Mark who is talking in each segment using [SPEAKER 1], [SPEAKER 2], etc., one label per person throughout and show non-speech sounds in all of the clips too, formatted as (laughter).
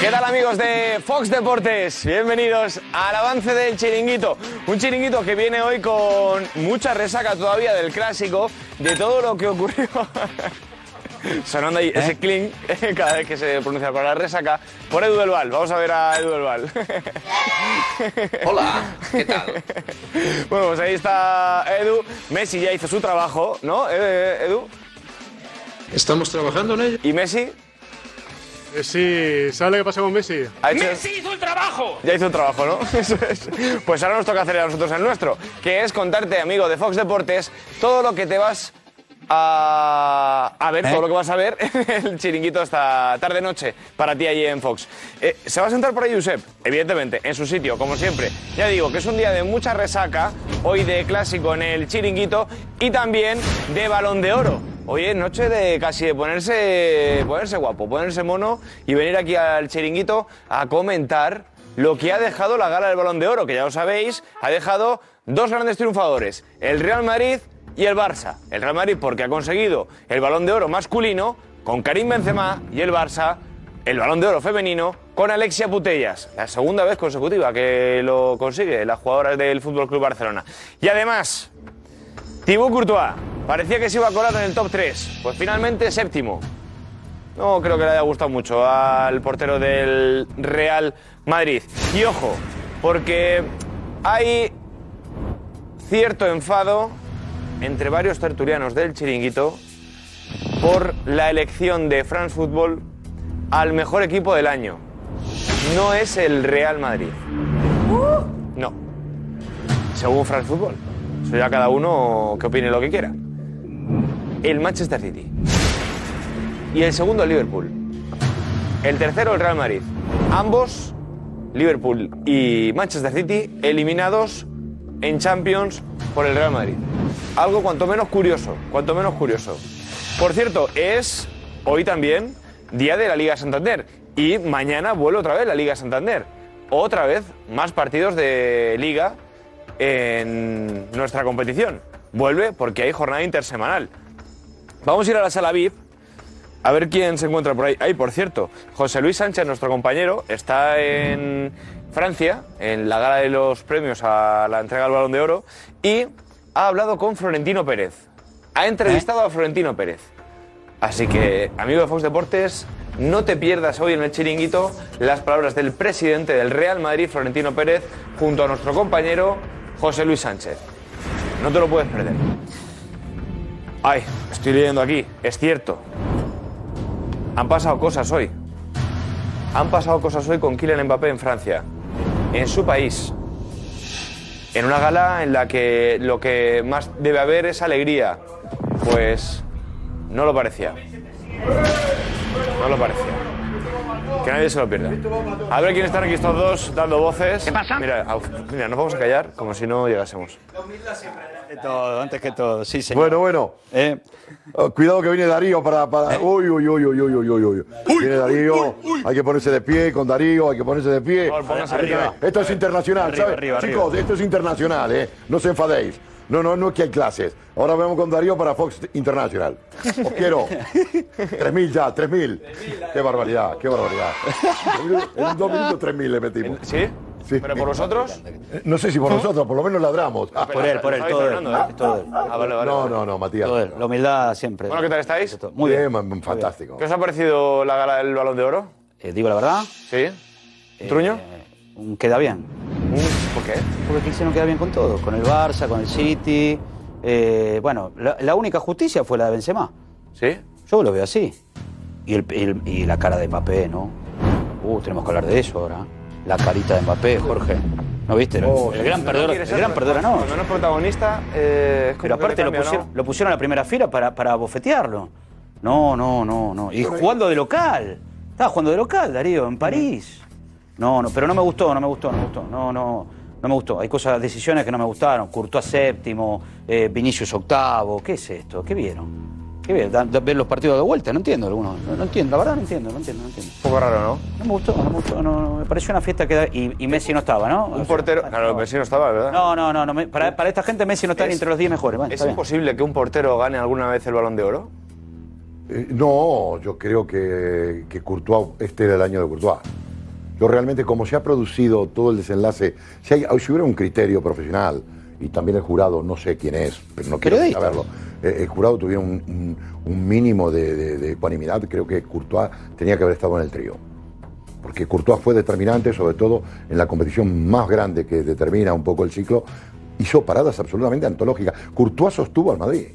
[SPEAKER 1] ¿Qué tal amigos de Fox Deportes? Bienvenidos al avance del chiringuito. Un chiringuito que viene hoy con mucha resaca todavía del clásico, de todo lo que ocurrió. Sonando ahí
[SPEAKER 2] ¿Eh?
[SPEAKER 1] ese clink (laughs) cada vez que se pronuncia para la resaca. Por Edu del Val, vamos a ver a Edu del (laughs) Val.
[SPEAKER 2] Hola, ¿qué tal?
[SPEAKER 1] Bueno, pues ahí está Edu. Messi ya hizo su trabajo, ¿no, eh, Edu?
[SPEAKER 3] Estamos trabajando en ello.
[SPEAKER 1] ¿Y Messi?
[SPEAKER 4] Eh, Sí, ¿sabes lo que pasa con Messi?
[SPEAKER 1] Ha hecho-
[SPEAKER 2] ¡Messi hizo el trabajo!
[SPEAKER 1] Ya hizo un trabajo, ¿no? (laughs) Eso es. Pues ahora nos toca hacer a nosotros el nuestro, que es contarte, amigo de Fox Deportes, todo lo que te vas a, a ver, todo lo que vas a ver (laughs) en el chiringuito esta tarde-noche para ti allí en Fox. Eh, Se va a sentar por ahí Josep, evidentemente, en su sitio, como siempre. Ya digo que es un día de mucha resaca, hoy de clásico en el chiringuito y también de balón de oro. Hoy es noche de casi de ponerse, ponerse guapo, ponerse mono y venir aquí al chiringuito a comentar lo que ha dejado la gala del Balón de Oro, que ya lo sabéis, ha dejado dos grandes triunfadores, el Real Madrid y el Barça. El Real Madrid porque ha conseguido el Balón de Oro masculino con Karim Benzema y el Barça el Balón de Oro femenino con Alexia Putellas, la segunda vez consecutiva que lo consigue la jugadora del Fútbol Club Barcelona. Y además, Thibaut Courtois parecía que se iba a colar en el top 3, pues finalmente séptimo. No creo que le haya gustado mucho al portero del Real Madrid. Y ojo, porque hay cierto enfado entre varios tertulianos del chiringuito por la elección de France Football al mejor equipo del año. No es el Real Madrid. No. Según France Football. Eso ya cada uno que opine lo que quiera. El Manchester City. Y el segundo, el Liverpool. El tercero, el Real Madrid. Ambos, Liverpool y Manchester City, eliminados en Champions por el Real Madrid. Algo cuanto menos curioso, cuanto menos curioso. Por cierto, es hoy también día de la Liga Santander y mañana vuelve otra vez la Liga Santander. Otra vez más partidos de liga en nuestra competición. Vuelve porque hay jornada intersemanal. Vamos a ir a la sala VIP a ver quién se encuentra por ahí. Ay, por cierto, José Luis Sánchez, nuestro compañero, está en Francia, en la gala de los premios a la entrega del Balón de Oro, y ha hablado con Florentino Pérez. Ha entrevistado a Florentino Pérez. Así que, amigo de Fox Deportes, no te pierdas hoy en el chiringuito las palabras del presidente del Real Madrid, Florentino Pérez, junto a nuestro compañero José Luis Sánchez. No te lo puedes perder. Ay, estoy leyendo aquí, es cierto. Han pasado cosas hoy. Han pasado cosas hoy con Kylian Mbappé en Francia, en su país. En una gala en la que lo que más debe haber es alegría. Pues no lo parecía. No lo parecía. Que nadie se lo pierda. A ver quién están aquí estos dos dando voces. ¿Qué pasa? Mira, au, mira, nos vamos a callar como si no llegásemos.
[SPEAKER 5] Que todo, antes que todo, sí, señor.
[SPEAKER 3] Bueno, bueno.
[SPEAKER 5] Eh,
[SPEAKER 3] Oh, Cuidado que viene Darío para. para... Uy, uy, uy, uy, uy, uy, uy, uy. Viene Darío. Hay que ponerse de pie con Darío, hay que ponerse de pie.
[SPEAKER 1] Por favor,
[SPEAKER 3] Esto-
[SPEAKER 1] póngase arriba.
[SPEAKER 3] Esto es internacional,
[SPEAKER 5] Arriba,
[SPEAKER 3] ¿sabes?
[SPEAKER 5] arriba,
[SPEAKER 3] Chicos,
[SPEAKER 5] arriba.
[SPEAKER 3] esto es internacional, ¿eh? No se enfadéis. No, no, no es que hay clases. Ahora vamos con Darío para Fox International. Os
[SPEAKER 5] (laughs)
[SPEAKER 3] quiero. 3.000 ya, 3.000. Qué barbaridad, qué barbaridad. En dos minutos 3.000 le metimos.
[SPEAKER 1] ¿Sí?
[SPEAKER 3] Sí.
[SPEAKER 1] ¿Pero por vosotros?
[SPEAKER 3] No sé si por nosotros, por lo menos ladramos. Ah,
[SPEAKER 5] Eh. por él, por él,
[SPEAKER 1] Estáis
[SPEAKER 5] todo él,
[SPEAKER 1] hablando, ¿eh?
[SPEAKER 5] todo él,
[SPEAKER 1] Ah, vale, vale.
[SPEAKER 3] No,
[SPEAKER 1] vale.
[SPEAKER 3] no, no, Matías.
[SPEAKER 5] todo él. La humildad siempre.
[SPEAKER 1] Bueno, ¿qué tal estáis?
[SPEAKER 5] Muy bien.
[SPEAKER 3] man, fantástico.
[SPEAKER 1] ¿Qué os ha parecido la gala del Balón de Oro?
[SPEAKER 5] Eh, digo la verdad.
[SPEAKER 1] ¿Sí? ¿Truño?
[SPEAKER 5] eh, un queda bien.
[SPEAKER 1] Mm, ¿Por qué?
[SPEAKER 5] Porque aquí se nos queda bien con todo. Con el Barça, con el City. eh, bueno, la, la única justicia fue la de Benzema.
[SPEAKER 1] ¿Sí?
[SPEAKER 5] Yo lo veo así. Y, el- y el- y la cara de Mbappé, ¿no? Uh, tenemos que hablar de eso ahora. La carita de Mbappé, Jorge. ¿No viste? El- el, gran
[SPEAKER 1] Oh, No
[SPEAKER 5] perdedor,
[SPEAKER 1] quiere
[SPEAKER 5] el
[SPEAKER 1] ser
[SPEAKER 5] gran
[SPEAKER 1] protagonista.
[SPEAKER 5] perdedor, no.
[SPEAKER 1] Cuando no es protagonista, eh, es como
[SPEAKER 5] Pero
[SPEAKER 1] que
[SPEAKER 5] aparte
[SPEAKER 1] le
[SPEAKER 5] lo
[SPEAKER 1] cambia,
[SPEAKER 5] pusieron,
[SPEAKER 1] ¿no?
[SPEAKER 5] lo pusieron a la primera fila para, para bofetearlo. No, no, no, no. Y jugando de local. Está Estaba jugando de local, Darío, en París. No, no, pero no me gustó, no me gustó, no me gustó. No, no, no me gustó. Hay cosas, decisiones que no me gustaron. Courtois séptimo, eh, Vinicius octavo. ¿Qué es esto? ¿Qué vieron? ¿Qué vieron? Dan- dan- Ver los partidos de vuelta, no entiendo algunos. No, no entiendo, la verdad no entiendo, no entiendo, no entiendo.
[SPEAKER 1] Un poco raro, ¿no?
[SPEAKER 5] No me gustó, no me gustó, no, no, me pareció una fiesta que da- y, y Messi no estaba, ¿no? O
[SPEAKER 1] Un
[SPEAKER 5] sea,
[SPEAKER 1] portero. Claro, Messi no estaba, ¿verdad?
[SPEAKER 5] No, no, no, no, me- para, para esta gente Messi no está ni
[SPEAKER 1] Es-
[SPEAKER 5] entre los 10 mejores. bueno,
[SPEAKER 1] ¿Es
[SPEAKER 5] está bien.
[SPEAKER 1] imposible que un portero gane alguna vez el balón de oro?
[SPEAKER 3] Eh, no, yo creo que, que Courtois, este era el año de Courtois. Yo realmente, como se ha producido todo el desenlace, si, hay- si hubiera un criterio profesional, y también el jurado, no sé quién es, pero no quiero
[SPEAKER 5] Periodistas.
[SPEAKER 3] saberlo, eh, el jurado tuviera un, un- un mínimo de, de- de ecuanimidad, creo que Courtois tenía que haber estado en el trío. Porque Courtois fue determinante, sobre todo en la competición más grande que determina un poco el ciclo, hizo paradas absolutamente antológicas. Courtois sostuvo al Madrid.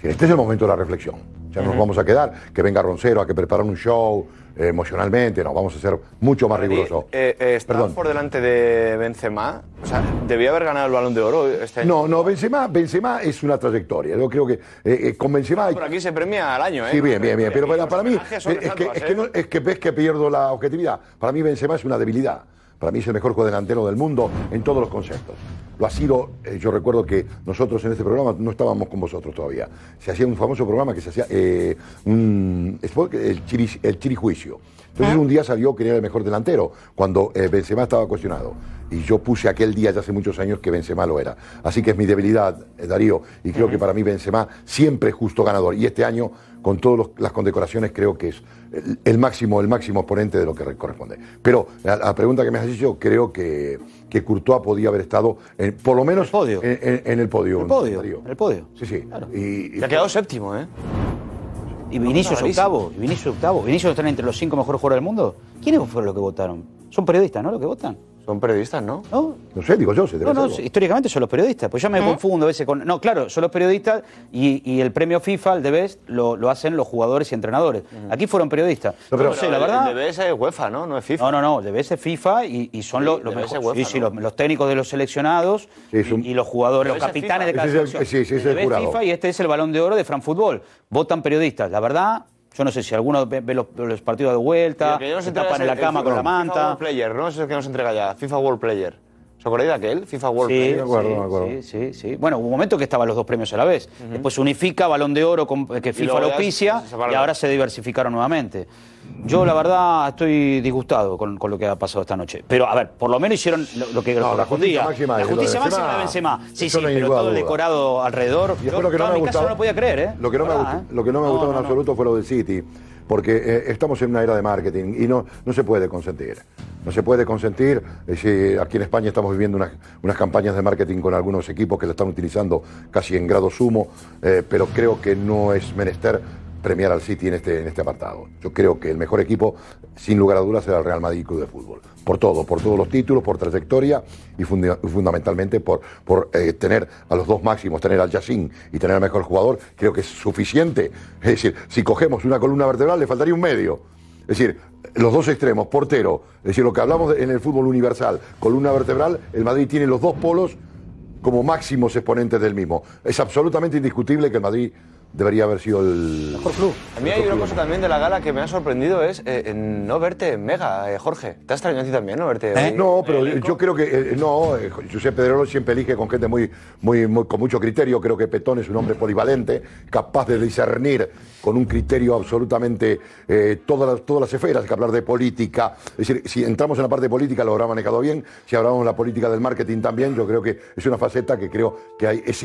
[SPEAKER 3] Sí, Este es el momento de la reflexión. Ya nos vamos a quedar, que venga Roncero, a que preparar un show eh, emocionalmente, nos vamos a ser mucho más rigurosos.
[SPEAKER 1] Eh, eh, ¿Está
[SPEAKER 3] Perdón.
[SPEAKER 1] por delante de Benzema? O sea, ¿debía haber ganado el balón de oro este año?
[SPEAKER 3] No, no, Benzema, Benzema es una trayectoria. Yo creo que eh, eh, con Benzema hay
[SPEAKER 1] Por aquí se premia al año, ¿eh?
[SPEAKER 3] Sí, bien, bien, bien. Pero para, para mí,
[SPEAKER 1] Los
[SPEAKER 3] es
[SPEAKER 1] homenajes
[SPEAKER 3] que,
[SPEAKER 1] son
[SPEAKER 3] es,
[SPEAKER 1] estatuas,
[SPEAKER 3] que
[SPEAKER 1] ¿eh?
[SPEAKER 3] no- es que ves que pierdo la objetividad. Para mí Benzema es una debilidad. Para mí es el mejor delantero del mundo en todos los conceptos. Lo ha sido, eh, yo recuerdo que nosotros en este programa no estábamos con vosotros todavía. Se hacía un famoso programa que se hacía eh, un, es porque el, chiri, el chirijuicio.
[SPEAKER 1] ¿Eh?
[SPEAKER 3] Entonces un día salió que era el mejor delantero, cuando eh, Benzema estaba cuestionado. Y yo puse aquel día, ya hace muchos años, que Benzema lo era. Así que es mi debilidad, eh, Darío, y creo que para mí Benzema siempre es justo ganador. Y este año, con todas las condecoraciones, creo que es el, el máximo, el máximo exponente de lo que re- corresponde. Pero a la pregunta que me has hecho, creo que, que Courtois podía haber estado, en- por lo menos,
[SPEAKER 5] El podio.
[SPEAKER 3] En, en- en el podio.
[SPEAKER 5] El podio,
[SPEAKER 3] Darío.
[SPEAKER 5] el podio.
[SPEAKER 3] Sí, sí. Y- y-
[SPEAKER 1] Ya ha quedado séptimo, ¿eh?
[SPEAKER 5] Y Vinicius
[SPEAKER 1] Está rarísimo.
[SPEAKER 5] octavo, y Vinicius octavo. ¿Vinicius están entre los cinco mejores jugadores del mundo? ¿Quiénes fueron los que votaron? Son periodistas, ¿no? Los que votan,
[SPEAKER 1] Son periodistas, ¿no?
[SPEAKER 5] ¿no?
[SPEAKER 3] no sé, digo yo, se
[SPEAKER 5] No,
[SPEAKER 3] debe
[SPEAKER 5] no,
[SPEAKER 3] serlo.
[SPEAKER 5] históricamente son los periodistas, pues yo me confundo a veces con... No, claro, son los periodistas y, y el premio FIFA, el de Best, lo, lo hacen los jugadores y entrenadores. Aquí fueron periodistas. No,
[SPEAKER 3] pero-
[SPEAKER 5] sé, la
[SPEAKER 1] el-
[SPEAKER 5] verdad...
[SPEAKER 1] El de BS es UEFA, ¿no? No es FIFA.
[SPEAKER 5] No, no, no, el de Best es FIFA y, y son los, los
[SPEAKER 1] de Best es
[SPEAKER 5] mejores.
[SPEAKER 1] UEFA,
[SPEAKER 5] sí, sí,
[SPEAKER 1] ¿no?
[SPEAKER 5] los, los técnicos de los seleccionados
[SPEAKER 3] Sí, es un-
[SPEAKER 5] y, y los jugadores,
[SPEAKER 1] Pero
[SPEAKER 5] los
[SPEAKER 1] ese es
[SPEAKER 5] capitanes de
[SPEAKER 3] FIFA.
[SPEAKER 5] cada
[SPEAKER 3] Ese es el-
[SPEAKER 5] selección.
[SPEAKER 3] sí, sí, ese es el
[SPEAKER 5] de Best
[SPEAKER 3] jurado.
[SPEAKER 5] FIFA y este es el balón de oro de Fran Fútbol. Votan periodistas. La verdad, yo no sé si alguno ve, ve los, los partidos de
[SPEAKER 1] Y
[SPEAKER 5] vuelta,
[SPEAKER 1] el que ya nos
[SPEAKER 5] se
[SPEAKER 1] entrega
[SPEAKER 5] tapan
[SPEAKER 1] es
[SPEAKER 5] en la
[SPEAKER 1] el-
[SPEAKER 5] cama
[SPEAKER 1] el
[SPEAKER 5] con la
[SPEAKER 1] FIFA
[SPEAKER 5] manta.
[SPEAKER 1] World Player, ¿no? Ese Es el que nos entrega ya. FIFA World Player. ¿Os acordáis de aquel? FIFA World
[SPEAKER 5] Sí,
[SPEAKER 1] Player.
[SPEAKER 3] acuerdo,
[SPEAKER 5] sí,
[SPEAKER 3] me acuerdo.
[SPEAKER 5] sí, sí, sí. Bueno, hubo un momento que estaban los dos premios a la vez. Después se unifica Balón de Oro con, que
[SPEAKER 1] luego
[SPEAKER 5] FIFA
[SPEAKER 1] ya
[SPEAKER 5] lo
[SPEAKER 1] se-
[SPEAKER 5] auspicia
[SPEAKER 1] se separaron.
[SPEAKER 5] y ahora se diversificaron nuevamente. Yo, la verdad, estoy disgustado con, con lo que ha pasado esta noche. Pero, a ver, por lo menos hicieron lo, lo que
[SPEAKER 3] No, la
[SPEAKER 5] correspondía.
[SPEAKER 3] justicia máxima
[SPEAKER 5] la
[SPEAKER 3] es lo de
[SPEAKER 5] justicia
[SPEAKER 3] Benzema.
[SPEAKER 5] máxima de Benzema. Sí,
[SPEAKER 3] Eso
[SPEAKER 5] sí,
[SPEAKER 3] no hay
[SPEAKER 5] pero
[SPEAKER 3] ninguna
[SPEAKER 5] todo el
[SPEAKER 3] duda.
[SPEAKER 5] decorado alrededor.
[SPEAKER 3] Y después lo que no
[SPEAKER 5] estaba
[SPEAKER 3] me
[SPEAKER 5] en mi casa,
[SPEAKER 3] gustaba-
[SPEAKER 5] no lo podía creer, ¿eh?
[SPEAKER 3] Lo que no, me,
[SPEAKER 5] ¿Verdad,
[SPEAKER 3] gustó,
[SPEAKER 5] eh?
[SPEAKER 3] lo que no me ha
[SPEAKER 5] No,
[SPEAKER 3] gustado
[SPEAKER 5] no,
[SPEAKER 3] en
[SPEAKER 5] no.
[SPEAKER 3] absoluto fue lo del City, porque eh, estamos en una era de marketing y no, no se puede consentir. No se puede consentir. eh, si aquí en España estamos viviendo unas, unas campañas de marketing con algunos equipos que la están utilizando casi en grado sumo, eh, pero creo que no es menester premiar al City en este, en este apartado. Yo creo que el mejor equipo, sin lugar a dudas, será el Real Madrid Club de Fútbol. Por todo, por todos los títulos, por trayectoria y fundi- fundamentalmente por, por eh, tener a los dos máximos, tener al Yacín y tener al mejor jugador, creo que es suficiente. Es decir, si cogemos una columna vertebral, le faltaría un medio. Es decir, los dos extremos, portero, es decir, lo que hablamos de- en el fútbol universal, columna vertebral, el Madrid tiene los dos polos como máximos exponentes del mismo. Es absolutamente indiscutible que el Madrid debería haber sido el mejor club.
[SPEAKER 1] A mí hay una cosa también de la gala que me ha sorprendido es eh, eh, no verte en Mega, eh, Jorge. ¿Te ha extrañado a ti también no verte?
[SPEAKER 5] ¿eh?
[SPEAKER 1] hoy?
[SPEAKER 3] ¿Eh? No, pero yo creo que eh, no, eh, Josep Pedrerol siempre elige con gente muy, muy, muy- con mucho criterio. Creo que Petón es un hombre polivalente, capaz de discernir con un criterio absolutamente eh, todas, las, todas las esferas. Hay que hablar de política. Es decir, si entramos en la parte política lo habrá manejado bien. Si hablamos de la política del marketing también, yo creo que es una faceta que creo que hay- es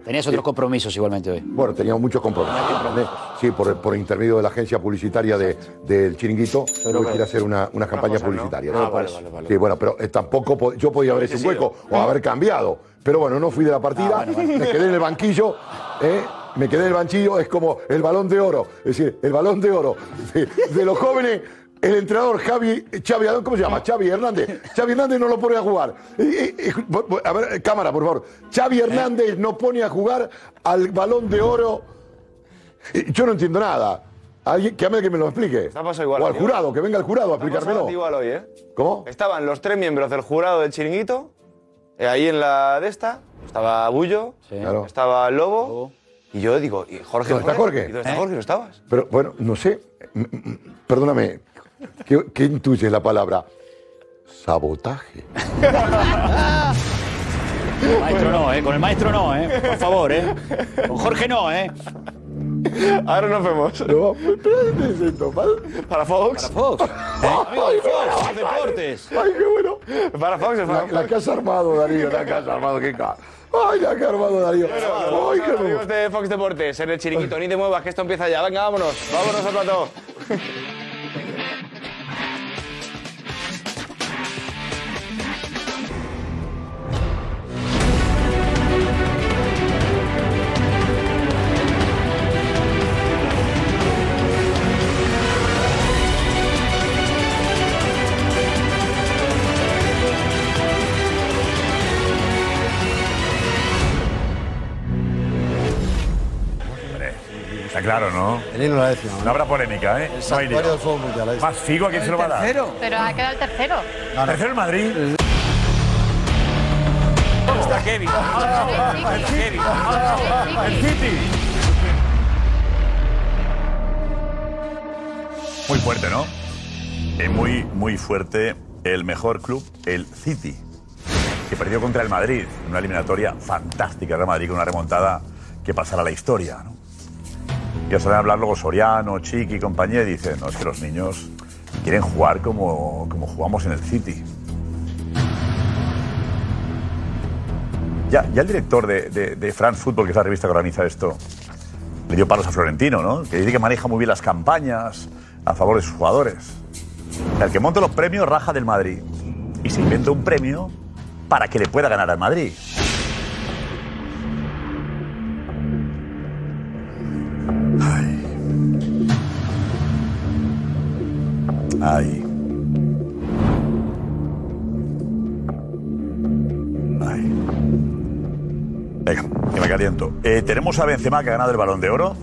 [SPEAKER 5] Ah,
[SPEAKER 3] Eh,
[SPEAKER 5] Tenías otros compromisos igualmente hoy.
[SPEAKER 3] Bueno, teníamos muchos compromisos. ¿eh? Sí, por, por intermedio de la agencia publicitaria de- del Chiringuito, yo quería hacer una, una campaña
[SPEAKER 1] cosa, ¿no?
[SPEAKER 3] publicitaria.
[SPEAKER 1] Ah,
[SPEAKER 3] Sí,
[SPEAKER 1] vale,
[SPEAKER 3] pues.
[SPEAKER 1] vale, vale.
[SPEAKER 3] Sí, bueno, pero eh, tampoco po- yo podía haber hecho un hueco o haber cambiado. Pero bueno, no fui de la partida,
[SPEAKER 1] Ah,
[SPEAKER 3] me quedé en el banquillo, ¿eh? me quedé en el banquillo, es como el balón de oro. Es decir, el balón de oro de, de los jóvenes. El entrenador Javi, Xavi, Adón, ¿cómo se llama? Xavi Hernández. Xavi Hernández no lo pone a jugar. Eh, eh, eh, bo- bo- a ver, eh, cámara, por favor. Xavi Hernández no pone a jugar al balón de oro. Eh, Yo no entiendo nada. Alguien que a mí que me lo explique.
[SPEAKER 1] Está pasado igual,
[SPEAKER 3] o al
[SPEAKER 1] tío.
[SPEAKER 3] jurado, que venga el jurado a
[SPEAKER 1] Te ha pasado a ti
[SPEAKER 3] explicármelo.
[SPEAKER 1] igual hoy, ¿eh?
[SPEAKER 3] ¿Cómo?
[SPEAKER 1] Estaban los tres miembros del jurado del chiringuito, eh, ahí en la de esta, estaba Bullo,
[SPEAKER 3] Claro.
[SPEAKER 1] estaba Lobo, y yo digo, ¿y Jorge?
[SPEAKER 3] ¿Dónde está Jorge?
[SPEAKER 5] ¿Eh?
[SPEAKER 1] ¿Y dónde está Jorge? ¿No estabas?
[SPEAKER 3] Pero bueno, no sé. Perdóname, ¿qué, qué intuye la palabra? Sabotaje.
[SPEAKER 5] Con el maestro no, ¿eh? Con el maestro no, ¿eh?
[SPEAKER 1] (laughs)
[SPEAKER 5] Por favor, ¿eh? Con Jorge no, ¿eh?
[SPEAKER 1] Ahora nos vemos.
[SPEAKER 3] No, espérate, se toma.
[SPEAKER 1] Para Fox.
[SPEAKER 5] Fox.
[SPEAKER 1] (laughs)
[SPEAKER 5] ¿eh? Amigo de Fox, Fox Deportes.
[SPEAKER 3] Ay, qué bueno.
[SPEAKER 1] Para Fox, es
[SPEAKER 3] La,
[SPEAKER 1] para
[SPEAKER 3] la casa armado, Darío, la casa armado, qué ca... Ay, la casa armado, Darío. Ay, qué bueno.
[SPEAKER 1] Amigos de Fox Deportes, en el chiringuito, ni te muevas, que esto empieza ya. Venga, vámonos, vámonos al plató.
[SPEAKER 2] Está claro, ¿no?
[SPEAKER 6] Danilo la décima.
[SPEAKER 2] No habrá polémica, ¿eh? No hay lío.
[SPEAKER 6] Santuario del fútbol mundial. la décima.
[SPEAKER 2] Más Figo, ¿a quién se lo va a dar?
[SPEAKER 5] Tercero.
[SPEAKER 7] Pero ha quedado el tercero.
[SPEAKER 2] Tercero en Madrid.
[SPEAKER 5] Está Kevin.
[SPEAKER 7] El City. El City.
[SPEAKER 2] Muy fuerte, ¿no? Es muy, muy fuerte el mejor club, el City, que perdió contra el Madrid en una eliminatoria fantástica. El Real Madrid con una remontada que pasará a la historia, ¿no? Ya suelen hablar luego Soriano, Chiqui y compañía y dicen, no, es que los niños quieren jugar como, como jugamos en el City. Ya, ya el director de, de, de France Football, que es la revista que organiza esto, le dio palos a Florentino, ¿no? Que dice que maneja muy bien las campañas a favor de sus jugadores. El que monta los premios raja del Madrid y se inventa un premio para que le pueda ganar al Madrid. Ay. Ay. Ay. Venga, que me caliento. Eh, tenemos a Benzema que ha ganado el Balón de Oro.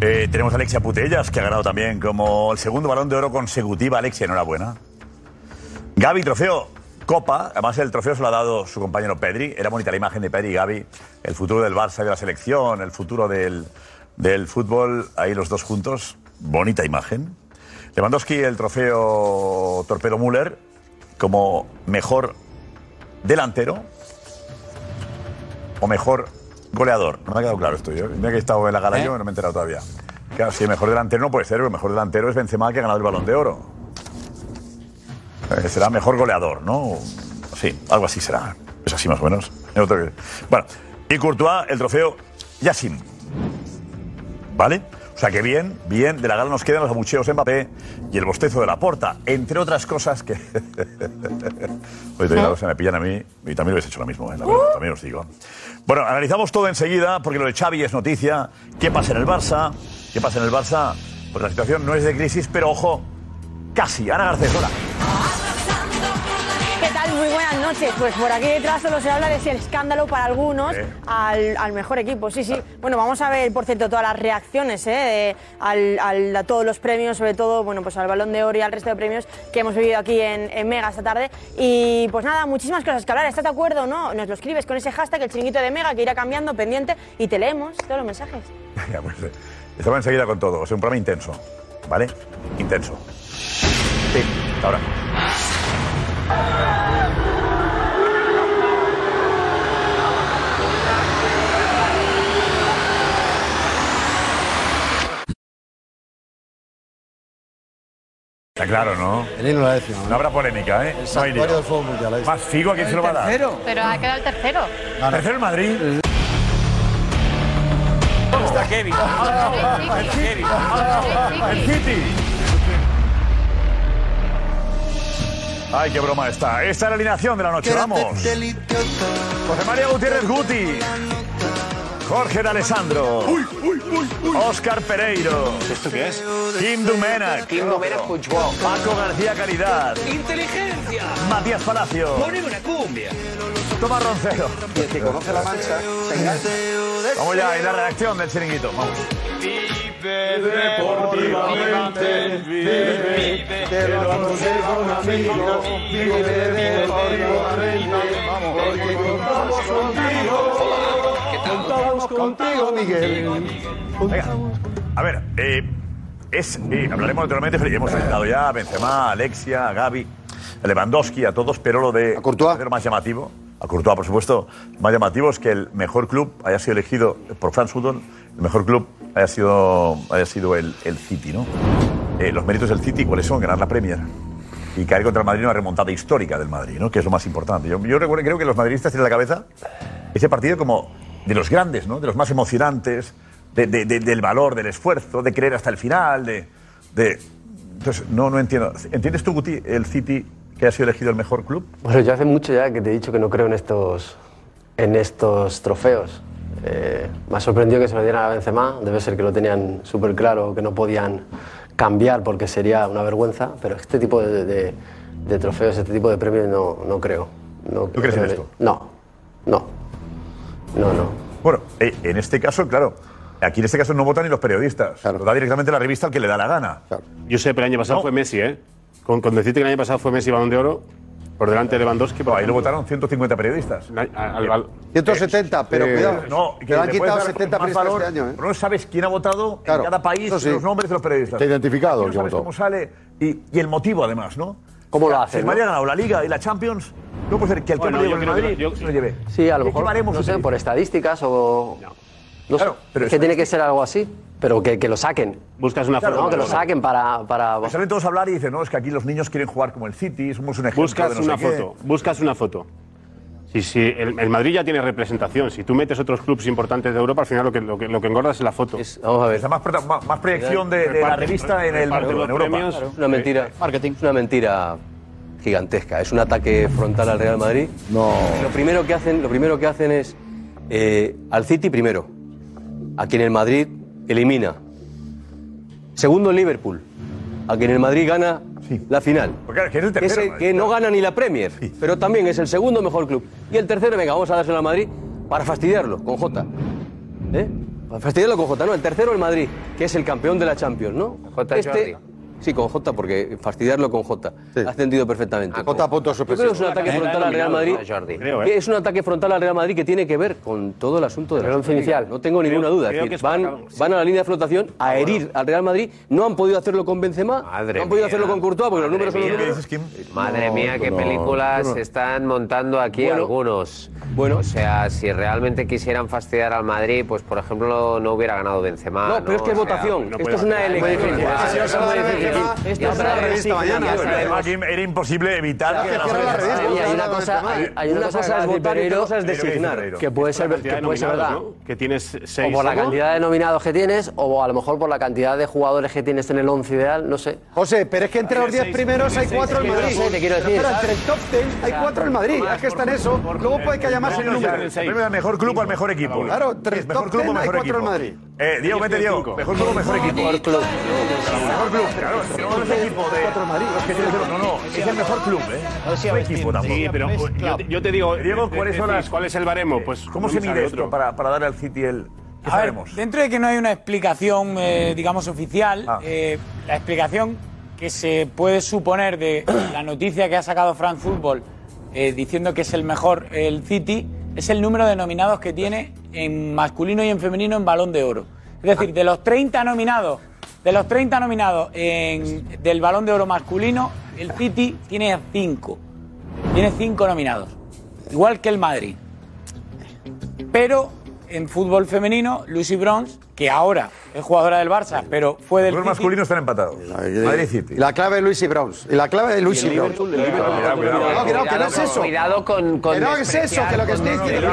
[SPEAKER 2] Eh, tenemos a Alexia Putellas que ha ganado también como el segundo Balón de Oro consecutiva. Alexia, enhorabuena. Gaby, trofeo Copa. Además, el trofeo se lo ha dado su compañero Pedri. Era bonita la imagen de Pedri y Gaby. El futuro del Barça y de la selección, el futuro del, del fútbol. Ahí los dos juntos. Bonita imagen. Lewandowski, el trofeo Torpedo Müller como mejor delantero o mejor goleador. No me ha quedado claro esto. Yo, mira que he estado en la gala yo, no me he enterado todavía. Claro, si el mejor delantero no puede ser, el mejor delantero es Benzema que ha ganado el Balón de Oro. Eh, será mejor goleador, ¿no? Sí, algo así será. Es así más o menos. Es otro que- Bueno, y Courtois, el trofeo Yassin. ¿Vale? O sea que bien, bien, de la gala nos quedan los abucheos de Mbappé y el bostezo de la porta, entre otras cosas que. (laughs) Oye, te digo, se me pillan a mí y también lo habéis hecho lo mismo, ¿eh? la verdad, también os digo. Bueno, analizamos todo enseguida porque lo de Xavi es noticia. ¿Qué pasa en el Barça? ¿Qué pasa en el Barça? Pues la situación no es de crisis, pero ojo, casi. Ana Garcés, hola.
[SPEAKER 8] ¿Qué tal? Muy buenas noches. Pues por aquí detrás solo se habla de si el escándalo para algunos
[SPEAKER 2] Eh.
[SPEAKER 8] al, al mejor equipo. Sí, sí. Bueno, vamos a ver, por cierto, todas las reacciones ¿eh? de- al, al- a todos los premios, sobre todo bueno, pues al Balón de Oro y al resto de premios que hemos vivido aquí en, en Mega esta tarde. Y pues nada, muchísimas cosas que hablar. ¿Estás de acuerdo o no? Nos lo escribes con ese hashtag, el chiringuito de Mega, que irá cambiando pendiente y te leemos todos los mensajes.
[SPEAKER 2] (laughs) Ya, pues, eh, estamos enseguida con todo. Es un programa intenso, ¿vale? Intenso. Sí, hasta ahora. Está claro, ¿no?
[SPEAKER 6] Danilo la décima.
[SPEAKER 2] No habrá polémica, ¿eh? No hay lío.
[SPEAKER 6] Santuario del fútbol mundial. la décima.
[SPEAKER 2] Más Figo, ¿a quién se lo va a dar?
[SPEAKER 5] Tercero.
[SPEAKER 7] Pero ha quedado el tercero.
[SPEAKER 2] Tercero en Madrid.
[SPEAKER 5] Está Kevin. Ah,
[SPEAKER 7] El City. El City.
[SPEAKER 2] Ay, qué broma está. Esta es la alineación de la noche. Vamos. José María Gutiérrez Guti. Jorge de Alessandro. Uy, Oscar Pereiro.
[SPEAKER 1] ¿Esto qué es?
[SPEAKER 2] Kim Dumena.
[SPEAKER 1] Kim Dumena, Puigdemont.
[SPEAKER 2] Paco García Caridad.
[SPEAKER 9] Inteligencia.
[SPEAKER 2] Matías Palacio.
[SPEAKER 9] Poner una cumbia.
[SPEAKER 2] Tomás Roncero. Vamos ya, en la redacción del chiringuito. Vamos.
[SPEAKER 6] Contamos contigo, Miguel.
[SPEAKER 2] Venga. A ver, eh, es, eh, hablaremos naturalmente, pero ya hemos citado ya a Benzema, a Alexia, a Gaby, a Lewandowski, a todos, pero lo de lo más llamativo, a Courtois, por supuesto, lo más llamativo es que el mejor club haya sido elegido por Frank Sutton, el mejor club haya sido, haya sido el, el City, ¿no? Eh, los méritos del City, ¿cuáles son? Ganar la Premier. Y caer contra el Madrid en una remontada histórica del Madrid, ¿no? Que es lo más importante. Yo, yo recuerdo- creo que los madridistas tienen en la cabeza ese partido como de los grandes, ¿no? De los más emocionantes, de- de- de- del valor, del esfuerzo, de creer hasta el final, de, de- Entonces, no, no entiendo. ¿Entiendes tú, Guti, el City que ha sido elegido el mejor club?
[SPEAKER 10] Bueno, yo hace mucho ya que te he dicho que no creo en estos, en estos trofeos. Eh, me ha sorprendido que se lo dieran a Benzema. Debe ser que lo tenían súper claro, que no podían cambiar porque sería una vergüenza. Pero este tipo de, de- de trofeos, este tipo de premios, no, no creo. No, ¿Tú
[SPEAKER 2] crees en esto?
[SPEAKER 10] No, no. No, no.
[SPEAKER 2] Bueno, eh, en este caso, claro, aquí en este caso no votan ni los periodistas. Lo da directamente la revista al que le da la gana.
[SPEAKER 11] Yo sé, pero el año pasado fue Messi, ¿eh? Con, con decirte que el año pasado fue Messi Balón de Oro, por delante de Lewandowski.
[SPEAKER 2] ahí lo votaron 150 periodistas. Eh,
[SPEAKER 12] 170, pero cuidado.
[SPEAKER 2] No,
[SPEAKER 12] que le han
[SPEAKER 2] le
[SPEAKER 12] quitado
[SPEAKER 2] puedes dar
[SPEAKER 12] 70
[SPEAKER 2] más
[SPEAKER 12] periodistas
[SPEAKER 2] valor,
[SPEAKER 12] este año. ¿eh?
[SPEAKER 2] pero No sabes quién ha votado
[SPEAKER 12] Claro,
[SPEAKER 2] en cada país,
[SPEAKER 12] eso sí.
[SPEAKER 2] los nombres de los periodistas.
[SPEAKER 12] Está identificado el
[SPEAKER 2] No
[SPEAKER 12] que
[SPEAKER 2] sabes
[SPEAKER 12] votó.
[SPEAKER 2] cómo sale y, y el motivo, además, ¿no?
[SPEAKER 10] ¿Cómo lo
[SPEAKER 2] Si
[SPEAKER 10] hacen?
[SPEAKER 2] el
[SPEAKER 10] no?
[SPEAKER 2] Madrid ha ganado la Liga y la Champions, no puede ser que el que
[SPEAKER 10] Bueno,
[SPEAKER 2] no llegue
[SPEAKER 10] yo
[SPEAKER 2] con el
[SPEAKER 10] creo que
[SPEAKER 2] Madrid
[SPEAKER 10] no, yo-
[SPEAKER 2] se lo lleve.
[SPEAKER 10] Sí, a lo
[SPEAKER 2] ¿De qué
[SPEAKER 10] mejor,
[SPEAKER 2] baremos
[SPEAKER 10] no sé,
[SPEAKER 2] utilizas?
[SPEAKER 10] por estadísticas o... No. sé,
[SPEAKER 2] pero
[SPEAKER 10] es que tiene que ser algo así, pero que, que lo saquen.
[SPEAKER 11] Buscas
[SPEAKER 2] una
[SPEAKER 10] No,
[SPEAKER 2] forma
[SPEAKER 10] que
[SPEAKER 2] de
[SPEAKER 10] lo
[SPEAKER 2] hacerlo.
[SPEAKER 10] saquen para... para
[SPEAKER 2] Pues salen todos a hablar y dicen, no, es que aquí los niños quieren jugar como el City, somos un ejemplo
[SPEAKER 11] Buscas
[SPEAKER 2] de no
[SPEAKER 11] una
[SPEAKER 2] sé qué".
[SPEAKER 11] foto, buscas una foto. Si, si el, el Madrid ya tiene representación. Si tú metes otros clubes importantes de Europa, al final lo que, lo que, lo que engordas es la foto.
[SPEAKER 10] vamos a ver.
[SPEAKER 2] Está más, prota- más- más proyección de, de la
[SPEAKER 11] Reparte-
[SPEAKER 2] revista en el
[SPEAKER 11] reparte
[SPEAKER 2] en
[SPEAKER 11] los
[SPEAKER 2] Europa.
[SPEAKER 11] premios. Eh,
[SPEAKER 2] Claro.
[SPEAKER 9] Una mentira. Marketing. Es una mentira gigantesca. Es un ataque frontal al Real Madrid. No. Lo primero que hacen, lo primero que hacen es eh, al City primero, a quien el Madrid elimina. Segundo el Liverpool, a quien el Madrid gana la final.
[SPEAKER 2] que es el tercero,
[SPEAKER 9] Ese
[SPEAKER 2] Madrid,
[SPEAKER 9] que no gana ni la Premier, pero también es el segundo mejor club. Y el tercero, venga, vamos a dárselo al Madrid para fastidiarlo con Jota. ¿Eh? Para fastidiarlo con Jota, no, el tercero el Madrid, que es el campeón de la Champions, ¿no? Este-
[SPEAKER 12] Jota Jordi.
[SPEAKER 9] Sí, con J, porque fastidiarlo con J. Ha entendido perfectamente.
[SPEAKER 12] Jota punto
[SPEAKER 9] Yo creo que es un ataque
[SPEAKER 12] sorpresivo.
[SPEAKER 9] frontal al Real Madrid.
[SPEAKER 12] Ah, Jordi.
[SPEAKER 11] Creo, ¿eh?
[SPEAKER 9] que Es un ataque frontal al Real Madrid que tiene que ver con todo el asunto del anuncio inicial. No tengo ninguna duda.
[SPEAKER 11] creo
[SPEAKER 9] Es
[SPEAKER 11] que
[SPEAKER 9] decir,
[SPEAKER 11] es para
[SPEAKER 9] van, van a la línea de flotación a herir al Real Madrid. No han podido hacerlo con Benzema, no han podido hacerlo con Courtois, porque los números son los números.
[SPEAKER 13] Madre
[SPEAKER 9] No,
[SPEAKER 13] mía, qué
[SPEAKER 9] no,
[SPEAKER 13] películas
[SPEAKER 9] no, no.
[SPEAKER 13] están montando aquí
[SPEAKER 9] Bueno.
[SPEAKER 13] algunos. Bueno, o sea, si realmente quisieran fastidiar al Madrid, pues por ejemplo no hubiera ganado Benzema.
[SPEAKER 9] No, pero es que es
[SPEAKER 13] O sea,
[SPEAKER 9] votación.
[SPEAKER 13] Ah, no
[SPEAKER 9] Esto
[SPEAKER 13] puede
[SPEAKER 9] es una
[SPEAKER 13] ganar.
[SPEAKER 9] elección.
[SPEAKER 13] Muy difícil.
[SPEAKER 9] Ah, si no se lo dan a Benzema,
[SPEAKER 13] Esto es
[SPEAKER 9] habrá
[SPEAKER 13] una
[SPEAKER 9] revista
[SPEAKER 13] elección.
[SPEAKER 9] mañana.
[SPEAKER 13] Ya
[SPEAKER 2] Bueno,
[SPEAKER 13] está.
[SPEAKER 2] además, aquí era imposible evitar que las revistas-
[SPEAKER 13] Y
[SPEAKER 9] revista,
[SPEAKER 13] hay
[SPEAKER 9] vamos
[SPEAKER 13] una cosa,
[SPEAKER 9] a hablar de
[SPEAKER 13] hay,
[SPEAKER 9] Benzema.
[SPEAKER 13] hay una
[SPEAKER 9] Una
[SPEAKER 13] cosa
[SPEAKER 9] cosa
[SPEAKER 13] que
[SPEAKER 9] es
[SPEAKER 13] acabas de
[SPEAKER 9] votar y otra
[SPEAKER 13] Pereiro,
[SPEAKER 9] cosa es designar.
[SPEAKER 13] que puede ser,
[SPEAKER 11] Cantidad de
[SPEAKER 13] que puede ser
[SPEAKER 11] nominados,
[SPEAKER 13] verdad.
[SPEAKER 11] ¿no? Que tienes
[SPEAKER 13] O
[SPEAKER 11] seis.
[SPEAKER 13] por la
[SPEAKER 11] ¿no?
[SPEAKER 13] cantidad de nominados que tienes, o a lo mejor por la cantidad de jugadores que tienes en el 11 ideal, no sé.
[SPEAKER 12] José, pero es que entre los 10 primeros hay 4 en Madrid.
[SPEAKER 13] Te quiero
[SPEAKER 12] Pero
[SPEAKER 13] decir.
[SPEAKER 12] espera, entre el top 10 hay 4 en Madrid. Es que está en eso. Luego puede que haya más en
[SPEAKER 2] Premio
[SPEAKER 12] número.
[SPEAKER 2] de- premio de mejor club al mejor equipo.
[SPEAKER 12] Claro, tres
[SPEAKER 2] Es mejor
[SPEAKER 12] top
[SPEAKER 2] club o
[SPEAKER 12] ten, hay
[SPEAKER 2] mejor
[SPEAKER 12] cuatro
[SPEAKER 2] equipo.
[SPEAKER 12] en Madrid.
[SPEAKER 2] Eh, Diego,
[SPEAKER 12] Ellos
[SPEAKER 2] vete,
[SPEAKER 12] tienen
[SPEAKER 2] Diego.
[SPEAKER 12] cinco.
[SPEAKER 2] Mejor club o mejor equipo.
[SPEAKER 12] Mejor club.
[SPEAKER 2] Mejor club, claro. No es equipo de. los que tienen- No, no, es el mejor club, ¿eh? No es equipo tampoco.
[SPEAKER 11] Sí, pero pues, yo, te- yo te digo,
[SPEAKER 2] Diego, ¿cuáles son las-
[SPEAKER 11] ¿cuál es el baremo? Pues
[SPEAKER 2] ¿Cómo se mide esto para, para darle al City el. ¿Qué
[SPEAKER 14] A ver,
[SPEAKER 2] sabemos?
[SPEAKER 14] dentro de que no hay una explicación, eh, digamos, oficial,
[SPEAKER 2] Ah.
[SPEAKER 14] eh, la explicación que se puede suponer de la noticia que ha sacado France Football eh, diciendo que es el mejor el City es el número de nominados que tiene en masculino y en femenino en Balón de Oro. Es decir, de los 30 nominados, de los 30 nominados en- del Balón de Oro masculino, el City tiene 5. Tiene 5 nominados. Igual que el Madrid. Pero en fútbol femenino, Lucy Bronze, que ahora es jugadora del Barça, pero fue del
[SPEAKER 2] Los
[SPEAKER 14] City,
[SPEAKER 2] masculinos están empatados. Madrid City.
[SPEAKER 12] La clave de Luis y Browns. Y la clave de Luis y Browns.
[SPEAKER 2] Cuidado,
[SPEAKER 12] Cuidado, que no, que no es eso.
[SPEAKER 13] Cuidado con, con
[SPEAKER 12] Que no es eso, que lo que estoy diciendo.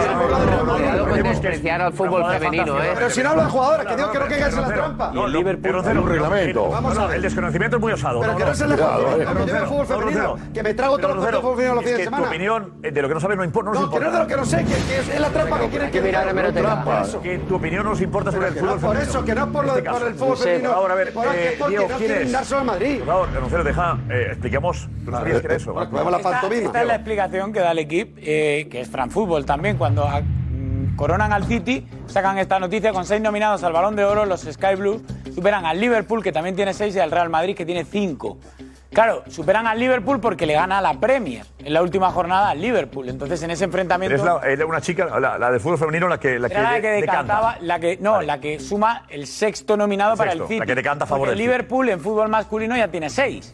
[SPEAKER 13] Cuidado con despreciar al fútbol femenino, ¿eh?
[SPEAKER 12] Pero si no hablo de jugadoras, que digo que no caigas en la trampa.
[SPEAKER 2] Ah, No, el Liverpool tiene un reglamento. Vamos a ver. El desconocimiento es muy osado.
[SPEAKER 12] Pero
[SPEAKER 2] No,
[SPEAKER 12] que
[SPEAKER 2] no.
[SPEAKER 12] no se le
[SPEAKER 2] Cuidado,
[SPEAKER 12] juegue,
[SPEAKER 2] eh.
[SPEAKER 12] pero yo veo fútbol
[SPEAKER 2] No, no,
[SPEAKER 12] femenino,
[SPEAKER 2] no.
[SPEAKER 12] que me trago todos los partidos de fútbol femenino los
[SPEAKER 2] Es
[SPEAKER 12] fines de
[SPEAKER 2] que tu
[SPEAKER 12] semana.
[SPEAKER 2] opinión eh, de lo que no sabes no importa. No,
[SPEAKER 12] que no es de lo que no sé, que- que es- es la trampa que quieren que
[SPEAKER 2] mirar
[SPEAKER 12] diga. Trampa.
[SPEAKER 2] Que tu opinión nos importa sobre el
[SPEAKER 12] que no
[SPEAKER 2] fútbol
[SPEAKER 12] por
[SPEAKER 2] femenino.
[SPEAKER 12] eso, que no por lo-
[SPEAKER 2] En este
[SPEAKER 12] por
[SPEAKER 2] caso.
[SPEAKER 12] el fútbol
[SPEAKER 2] Josep,
[SPEAKER 12] femenino.
[SPEAKER 2] Ahora, a ver,
[SPEAKER 12] Por-
[SPEAKER 2] eh,
[SPEAKER 12] que- porque
[SPEAKER 2] Diego,
[SPEAKER 12] no
[SPEAKER 2] ¿quién
[SPEAKER 12] quieren
[SPEAKER 2] es?
[SPEAKER 12] dar solo a Madrid.
[SPEAKER 2] Por favor, Roncero, deja, eh, expliquemos. ¿Tú sabías que era eso?
[SPEAKER 14] Esta- Esta es la explicación que da el equipo, eh, que es Fran Fútbol también, cuando ah, mm, coronan al City, sacan esta noticia con seis nominados al Balón de Oro, los Sky Blues superan al Liverpool, que también tiene seis, y al Real Madrid, que tiene cinco. Claro, superan al Liverpool porque le gana la Premier en la última jornada al Liverpool. Entonces, en ese enfrentamiento.
[SPEAKER 2] Es la- es una chica, la, la de fútbol femenino, la que, la que,
[SPEAKER 14] Era la que
[SPEAKER 2] de-
[SPEAKER 14] decantaba,
[SPEAKER 2] decanta.
[SPEAKER 14] la que, no, la que suma el sexto nominado
[SPEAKER 2] El
[SPEAKER 14] para
[SPEAKER 2] sexto,
[SPEAKER 14] el City.
[SPEAKER 2] la que decanta a favor del
[SPEAKER 14] Porque
[SPEAKER 2] City.
[SPEAKER 14] Liverpool en fútbol masculino ya tiene seis.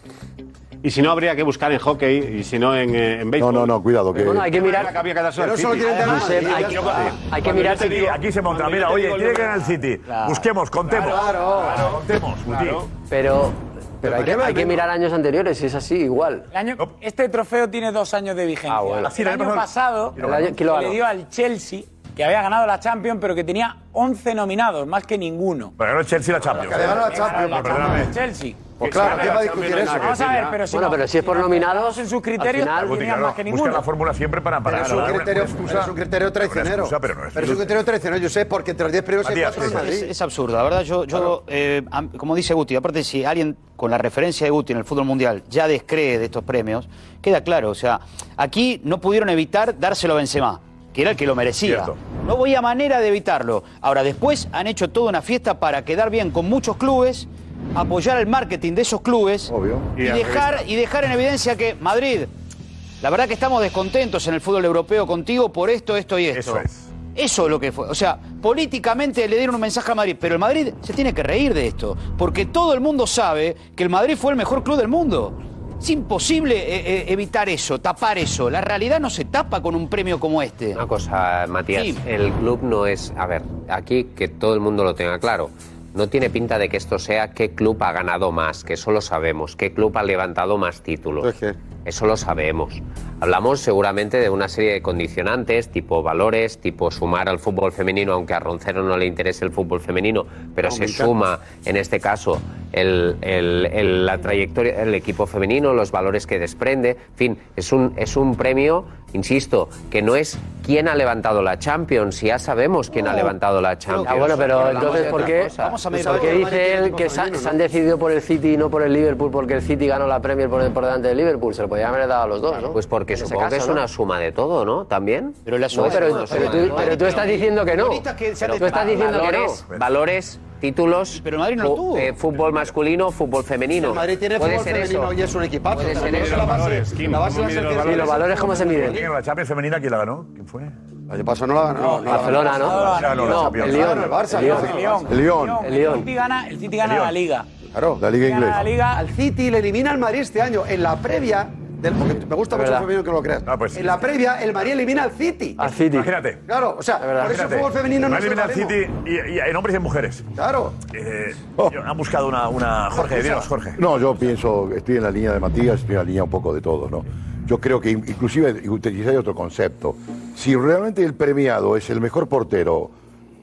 [SPEAKER 15] Y si no, habría que buscar en hockey y si no, en, eh, en béisbol.
[SPEAKER 3] No, no, cuidado. Que...
[SPEAKER 15] Bueno, hay que mirar- Había que darse al Pero solo City. quieren
[SPEAKER 2] Ah,
[SPEAKER 15] ganar.
[SPEAKER 3] Josep, hay-
[SPEAKER 15] Sí,
[SPEAKER 3] hay que
[SPEAKER 2] Cuando
[SPEAKER 3] mirar
[SPEAKER 2] yo te
[SPEAKER 3] si-
[SPEAKER 2] digo, Aquí se monta, mira, oye, tiene que ganar el City. Busquemos, contemos.
[SPEAKER 10] Claro,
[SPEAKER 2] contemos. Guti.
[SPEAKER 10] Pero, pero hay,
[SPEAKER 2] ¿para qué
[SPEAKER 10] que,
[SPEAKER 2] me
[SPEAKER 10] hay que
[SPEAKER 2] vengo?
[SPEAKER 10] mirar años anteriores, si es así, igual.
[SPEAKER 14] El año- este trofeo tiene dos años de
[SPEAKER 2] Ah,
[SPEAKER 14] vigencia.
[SPEAKER 10] bueno. Así,
[SPEAKER 14] Ah, el
[SPEAKER 10] el año
[SPEAKER 14] año pasado
[SPEAKER 10] ¿Quién lo ganó? ¿Quién lo ganó?
[SPEAKER 14] le dio al Chelsea, que había ganado la Champions, pero que tenía 11 nominados, más que ninguno.
[SPEAKER 2] Pero ganó el Chelsea la Champions.
[SPEAKER 14] ganó la Champions.
[SPEAKER 2] Pero perdóname.
[SPEAKER 14] Chelsea.
[SPEAKER 2] Pues claro, ¿quién va a discutir eso?
[SPEAKER 14] Vamos a ver, pero si,
[SPEAKER 10] Bueno,
[SPEAKER 14] no-
[SPEAKER 10] pero si es por
[SPEAKER 14] no-
[SPEAKER 10] nominados,
[SPEAKER 14] en sus criterios,
[SPEAKER 10] al
[SPEAKER 2] Guti,
[SPEAKER 14] tenía
[SPEAKER 2] claro,
[SPEAKER 14] más que
[SPEAKER 2] Busca
[SPEAKER 14] ninguno.
[SPEAKER 2] la fórmula siempre para
[SPEAKER 16] Pero
[SPEAKER 2] para.
[SPEAKER 16] es un
[SPEAKER 2] ganar.
[SPEAKER 16] criterio,
[SPEAKER 2] Una
[SPEAKER 16] excusa, es un criterio traicionero.
[SPEAKER 2] excusa, pero no es.
[SPEAKER 16] Pero es un criterio traicionero, yo sé, porque entre los 10 primeros hay
[SPEAKER 5] Matías,
[SPEAKER 16] 4 en
[SPEAKER 5] es,
[SPEAKER 16] Madrid.
[SPEAKER 5] es- es absurdo, la verdad. Yo, yo eh, am- como dice Guti, aparte, si alguien con la referencia de Guti en el fútbol mundial ya descree de estos premios, queda claro. O sea, aquí no pudieron evitar dárselo a Benzema, que era el que lo merecía.
[SPEAKER 17] Cierto.
[SPEAKER 5] No voy a manera de evitarlo. Ahora, después han hecho toda una fiesta para quedar bien con muchos clubes, apoyar el marketing de esos clubes y,
[SPEAKER 17] Y al
[SPEAKER 5] dejar,
[SPEAKER 17] revés.
[SPEAKER 5] y dejar en evidencia que Madrid, la verdad que estamos descontentos en el fútbol europeo contigo por esto, esto y esto. Eso es. lo que fue. O sea, políticamente le dieron un mensaje a Madrid, pero el Madrid se tiene que reír de esto, porque todo el mundo sabe que el Madrid fue el mejor club del mundo. Es imposible eh, eh, evitar eso, tapar eso. La realidad no se tapa con un premio como este.
[SPEAKER 13] Una cosa, Matías,
[SPEAKER 5] Sí.
[SPEAKER 13] el club no es, a ver, aquí que todo el mundo lo tenga claro, no tiene pinta de que esto sea qué club ha ganado más, que eso lo sabemos, qué club ha levantado más títulos, eso lo sabemos. Hablamos seguramente de una serie de condicionantes, tipo valores, tipo sumar al fútbol femenino, aunque a Roncero no le interese el fútbol femenino, pero se
[SPEAKER 18] Aumentar.
[SPEAKER 13] suma, en este caso, el- el- el- la trayectoria, el equipo femenino, los valores que desprende, en fin, es un, es un premio, insisto, que no es quién ha levantado la Champions, si ya sabemos quién ha levantado la Champions.
[SPEAKER 10] Ah, bueno, pero
[SPEAKER 13] Hablamos
[SPEAKER 10] entonces,
[SPEAKER 13] de
[SPEAKER 10] ¿por
[SPEAKER 13] otra
[SPEAKER 10] qué,
[SPEAKER 13] cosa.
[SPEAKER 10] o sea, ¿por qué dice él que se, han- se han decidido por el City y no por el Liverpool porque el City ganó la Premier por, por delante del Liverpool? Se lo podían haber dado a los dos, ¿no?
[SPEAKER 13] Pues porque
[SPEAKER 10] En ese
[SPEAKER 13] supongo que
[SPEAKER 10] caso,
[SPEAKER 13] es
[SPEAKER 10] ¿no?
[SPEAKER 13] una suma de todo, ¿no? También. Pero la
[SPEAKER 10] suma pero- pero tú- pero tú estás diciendo que no. Pero tú estás diciendo que no.
[SPEAKER 13] valores, Valores, títulos. Pero Madrid no lo tuvo. fútbol masculino, fútbol femenino.
[SPEAKER 16] El Madrid tiene
[SPEAKER 13] Puede
[SPEAKER 16] fútbol
[SPEAKER 13] ser
[SPEAKER 16] femenino
[SPEAKER 13] eso.
[SPEAKER 16] y es un equipazo.
[SPEAKER 13] Puede ser
[SPEAKER 16] Pero
[SPEAKER 13] eso.
[SPEAKER 16] no es la base.
[SPEAKER 2] Kim,
[SPEAKER 16] La base
[SPEAKER 2] ¿cómo
[SPEAKER 16] de la
[SPEAKER 2] miden los
[SPEAKER 16] selección.
[SPEAKER 2] valores?
[SPEAKER 16] El
[SPEAKER 2] ¿Quién ganó La Champions femenina, ¿quién la ganó? ¿Quién fue?
[SPEAKER 16] año pasado no la ganó.
[SPEAKER 2] No, Barcelona, ¿no?
[SPEAKER 16] La
[SPEAKER 2] No,
[SPEAKER 16] la
[SPEAKER 2] el
[SPEAKER 16] Champions.
[SPEAKER 2] Lyon.
[SPEAKER 16] Ah, no, El Barça,
[SPEAKER 2] El
[SPEAKER 16] no,
[SPEAKER 2] Lyon.
[SPEAKER 3] El Lyon.
[SPEAKER 14] El City gana, el City gana la liga.
[SPEAKER 3] Claro, la Liga
[SPEAKER 14] Gana la
[SPEAKER 3] Inglesa.
[SPEAKER 14] liga.
[SPEAKER 16] Al City le elimina al Madrid este año. En la previa. Del, porque me gusta mucho el
[SPEAKER 3] verdad.
[SPEAKER 16] femenino que no lo creas.
[SPEAKER 3] pues-
[SPEAKER 16] en la previa, el Madrid elimina al City.
[SPEAKER 2] Al City. Ah, Imagínate.
[SPEAKER 16] Claro, o sea, por eso el fútbol femenino no
[SPEAKER 2] Va a
[SPEAKER 16] es
[SPEAKER 2] eliminar
[SPEAKER 16] el
[SPEAKER 2] City y, y- en hombres y en mujeres. Eh,
[SPEAKER 16] Claro.
[SPEAKER 2] Han buscado una. una... Jorge, dinos, Jorge.
[SPEAKER 3] No, yo pienso, estoy en la línea de Matías, estoy en la línea un poco de todos, ¿no? Yo creo que in- inclusive utilizáis otro concepto. Si realmente el premiado es el mejor portero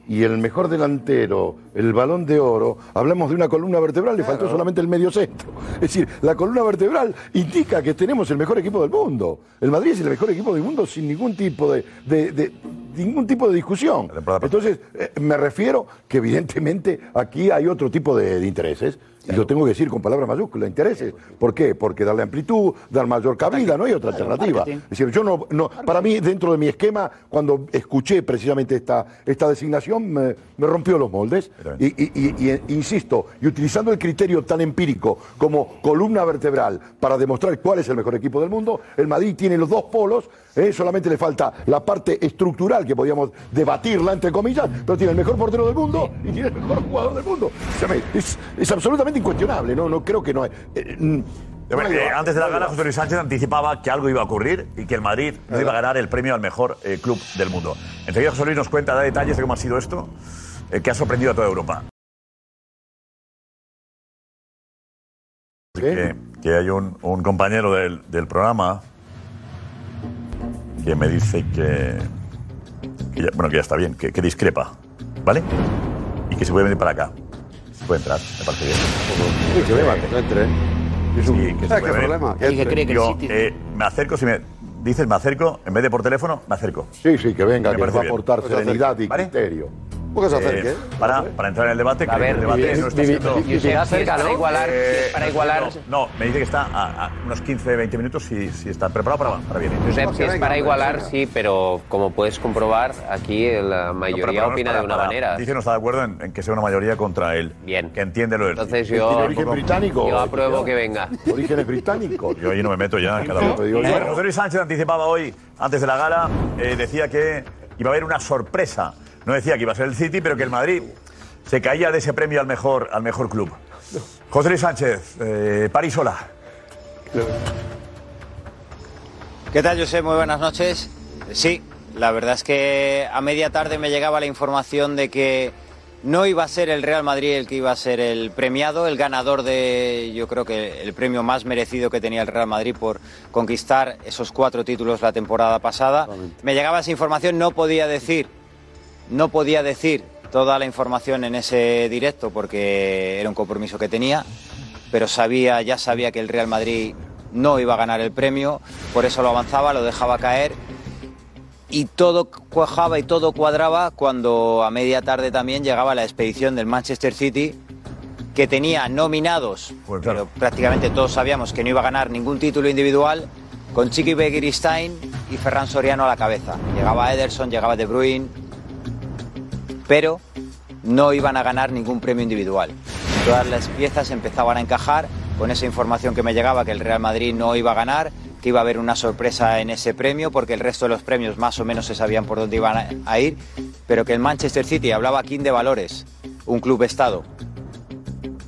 [SPEAKER 3] y el mejor delantero, el balón de oro, hablamos de una columna vertebral, le faltó solamente el medio centro. Es decir, la columna vertebral indica que tenemos el mejor equipo del mundo. El Madrid es el mejor equipo del mundo sin ningún tipo de, de- de- ningún tipo de discusión. Entonces, eh, me refiero que evidentemente aquí hay otro tipo de, de intereses. Y lo tengo que decir con palabras mayúsculas, intereses. ¿Por qué? Porque darle amplitud, dar mayor cabida, no hay otra alternativa.
[SPEAKER 19] marketing.
[SPEAKER 3] Es decir, yo no, no- para mí, dentro de mi esquema, cuando escuché precisamente esta, esta designación, me, me rompió los moldes. Y, y- y- y, eh, insisto, y utilizando el criterio tan empírico como columna vertebral para demostrar cuál es el mejor equipo del mundo, el Madrid tiene los dos polos, eh, solamente le falta la parte estructural que podíamos debatirla, entre comillas, pero tiene el mejor portero del mundo y tiene el mejor jugador del mundo. O sea, me- Es, es absolutamente incuestionable, no, no creo que no hay. eh, mm,
[SPEAKER 2] A ver,
[SPEAKER 3] no hay
[SPEAKER 2] eh,
[SPEAKER 3] debate,
[SPEAKER 2] antes de la
[SPEAKER 3] no hay
[SPEAKER 2] gala,
[SPEAKER 3] debate.
[SPEAKER 2] José Luis Sánchez anticipaba que algo iba a ocurrir y que el Madrid no iba a ganar el premio al mejor eh, club del mundo. Enseguida José Luis nos cuenta, da detalles de cómo ha sido esto, eh, que ha sorprendido a toda Europa. Que, que hay un, un compañero del, del programa que me dice que, que ya, bueno, que ya está bien, que, que discrepa, ¿vale? Y que se puede venir para acá. Se puede entrar, me parece bien.
[SPEAKER 3] Sí, que beba, que entre. Es un-
[SPEAKER 2] Sí, que se
[SPEAKER 3] Ah, qué
[SPEAKER 2] puede venir.
[SPEAKER 3] problema, que Y que entre. cree que el
[SPEAKER 2] Yo,
[SPEAKER 3] City-
[SPEAKER 2] eh, me acerco, si me dices me acerco, en vez de por teléfono, me acerco.
[SPEAKER 3] Sí, sí, que venga,
[SPEAKER 2] Me
[SPEAKER 3] que
[SPEAKER 2] parece
[SPEAKER 3] nos va a
[SPEAKER 2] bien.
[SPEAKER 3] aportar
[SPEAKER 2] Pues
[SPEAKER 3] serenidad y
[SPEAKER 2] ¿Vale?
[SPEAKER 3] criterio.
[SPEAKER 13] Pues
[SPEAKER 2] Porque
[SPEAKER 3] se acerque, ¿eh?
[SPEAKER 2] Para, para entrar en el debate, creo que el debate
[SPEAKER 3] vivi-
[SPEAKER 2] no está
[SPEAKER 3] vivi-
[SPEAKER 2] siendo...
[SPEAKER 3] vivi- vivi- Llega cerca,
[SPEAKER 2] para
[SPEAKER 3] ¿no?
[SPEAKER 2] igualar,
[SPEAKER 3] Eh,
[SPEAKER 2] para igualar... No, no, me dice que está a, a unos 15, 20 minutos si, si está preparado para, para bien.
[SPEAKER 13] Josep, si es para igualar, sí, pero como puedes comprobar, aquí la mayoría
[SPEAKER 2] Prepararnos
[SPEAKER 13] opina
[SPEAKER 2] para-
[SPEAKER 13] de una
[SPEAKER 2] para-
[SPEAKER 13] manera.
[SPEAKER 2] Dice que no está de acuerdo en, en que sea una mayoría contra él. Bien. Que entiende lo del...
[SPEAKER 13] Entonces yo- ¿Tiene origen británico? yo apruebo que
[SPEAKER 2] venga. Orígenes británicos. Yo ahí no me meto ya en cada uno.
[SPEAKER 3] Te digo yo.
[SPEAKER 2] Bueno, José Luis Sánchez anticipaba hoy, antes de la gala, eh, decía que iba a haber una sorpresa. No decía que iba a ser el City, pero que el Madrid se caía de ese premio al mejor, al mejor club. José Luis Sánchez, eh, Parisola.
[SPEAKER 17] ¿Qué tal, José? Muy buenas noches. Sí, la verdad es que a media tarde me llegaba la información de que no iba a ser el Real Madrid el que iba a ser el premiado, el ganador de, yo creo que el premio más merecido que tenía el Real Madrid por conquistar esos cuatro títulos la temporada pasada. Me llegaba esa información, no podía decir no podía decir toda la información en ese directo porque era un compromiso que tenía, pero sabía, ya sabía que el Real Madrid no iba a ganar el premio, por eso lo avanzaba, lo dejaba caer y todo cuajaba y todo cuadraba cuando a media tarde también llegaba la expedición del Manchester City que tenía nominados, pero prácticamente todos sabíamos que no iba a ganar ningún título individual, con Chiqui Begiristain y Ferran Soriano a la cabeza. Llegaba Ederson, llegaba De Bruyne, pero no iban a ganar ningún premio individual. Todas las piezas empezaban a encajar con esa información que me llegaba que el Real Madrid no iba a ganar, que iba a haber una sorpresa en ese premio, porque el resto de los premios más o menos se sabían por dónde iban a- a ir, pero que el Manchester City hablaba aquí de valores, un club-estado.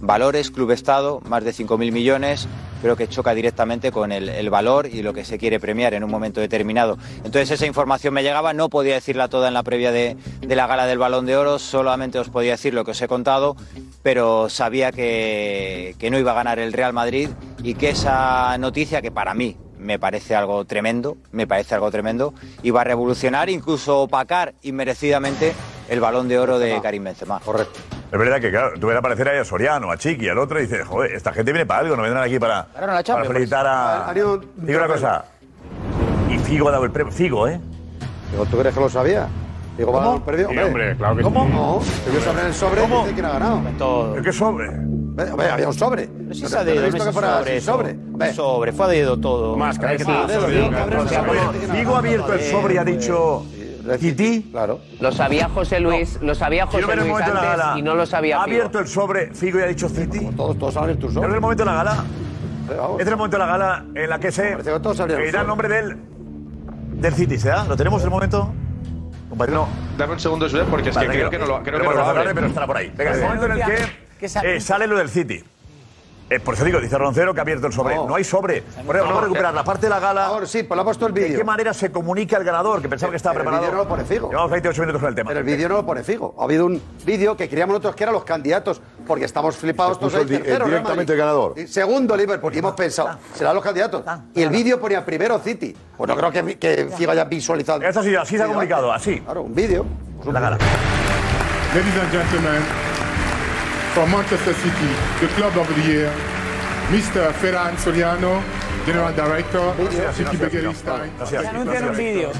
[SPEAKER 17] Valores, club-estado, más de 5.000 millones, creo que choca directamente con el, el valor y lo que se quiere premiar en un momento determinado. Entonces esa información me llegaba, no podía decirla toda en la previa de, de la gala del Balón de Oro, solamente os podía decir lo que os he contado, pero sabía que, que no iba a ganar el Real Madrid y que esa noticia, que para mí me parece algo tremendo, me parece algo tremendo, iba a revolucionar, incluso opacar inmerecidamente el Balón de Oro de Karim Benzema.
[SPEAKER 2] Correcto. Es verdad que, claro, tú ves aparecer ahí a Soriano, a Chiqui, al otro, y dices, joder, esta gente viene para algo, no vendrán aquí para,
[SPEAKER 20] Ganaron la
[SPEAKER 2] para
[SPEAKER 20] Champions.
[SPEAKER 2] felicitar
[SPEAKER 16] pues,
[SPEAKER 2] a... Digo una cosa, y Figo ha dado el premio, Figo, ¿eh?
[SPEAKER 16] ¿Tú crees que lo sabía? Digo, va a dar un premio.
[SPEAKER 2] Sí, hombre, claro que
[SPEAKER 16] ¿Cómo?
[SPEAKER 2] sí.
[SPEAKER 16] No, te voy a saber el sobre y dice quién ha ganado.
[SPEAKER 2] ¿Qué sobre?
[SPEAKER 16] Hombre, había un sobre.
[SPEAKER 20] No
[SPEAKER 16] No
[SPEAKER 20] sé
[SPEAKER 16] te-
[SPEAKER 20] si a
[SPEAKER 16] te he
[SPEAKER 20] dedo,
[SPEAKER 16] visto
[SPEAKER 20] no
[SPEAKER 16] que fuera
[SPEAKER 20] sobre,
[SPEAKER 16] así, sobre.
[SPEAKER 20] sobre. Sobre, fue a dedo todo.
[SPEAKER 2] Más,
[SPEAKER 20] Caray,
[SPEAKER 2] que
[SPEAKER 20] que
[SPEAKER 2] sí,
[SPEAKER 20] te-
[SPEAKER 2] dedo,
[SPEAKER 20] sí,
[SPEAKER 2] dedo,
[SPEAKER 20] cabrón,
[SPEAKER 2] dedo,
[SPEAKER 20] se
[SPEAKER 2] dedo.
[SPEAKER 20] apagó.
[SPEAKER 2] Figo ha abierto el sobre y ha dicho, Titi. Claro.
[SPEAKER 13] Lo sabía José Luis, lo sabía José
[SPEAKER 2] Quiero ver el
[SPEAKER 13] Luis
[SPEAKER 2] momento de la
[SPEAKER 13] antes
[SPEAKER 2] gala.
[SPEAKER 13] y no lo sabía
[SPEAKER 2] Ha
[SPEAKER 13] Figo.
[SPEAKER 2] abierto el sobre, Figo y ha dicho City. Todos, todos abren tu sobre. Quiero ver el momento de la gala. Este es el momento de la gala en la que se que irá el nombre del, del City, ¿se da? ¿Lo tenemos en el momento? No,
[SPEAKER 21] Dame un segundo, Josep, porque es que creo que no lo creo que no lo abre.
[SPEAKER 2] Pero estará por ahí. Venga, el
[SPEAKER 21] Vale.
[SPEAKER 2] momento en el que eh, sale lo del City. Eh, por eso digo, dice Roncero que ha abierto el sobre. No, hay sobre. Por eso
[SPEAKER 16] No,
[SPEAKER 2] vamos a recuperar
[SPEAKER 16] eh,
[SPEAKER 2] la parte de la gala. Ahora sí, pues lo ha puesto el vídeo. ¿De qué manera se comunica el ganador? Que pensaba que estaba
[SPEAKER 16] Pero el
[SPEAKER 2] preparado.
[SPEAKER 16] vídeo no lo pone Figo.
[SPEAKER 2] Llevamos 28 minutos con el tema.
[SPEAKER 16] Pero el vídeo no lo pone Figo. Ha habido un vídeo que creíamos nosotros que eran los candidatos, porque estamos flipados
[SPEAKER 3] Se
[SPEAKER 16] todos ahí.
[SPEAKER 3] puso el di- el
[SPEAKER 16] Tercero, Real Madrid.
[SPEAKER 3] directamente el ganador.
[SPEAKER 16] Y Segundo, Liverpool. Y hemos pensado, serán los candidatos. Y el vídeo ponía primero City. Pues no creo que, que Figo haya visualizado.
[SPEAKER 2] Eso sí, así se ha comunicado, así.
[SPEAKER 16] Claro, un vídeo.
[SPEAKER 2] La gala.
[SPEAKER 22] Ladies and gentlemen, from Manchester City, the club of the year, Mr. Ferran Soriano, General Director, City Beguerista.
[SPEAKER 16] Es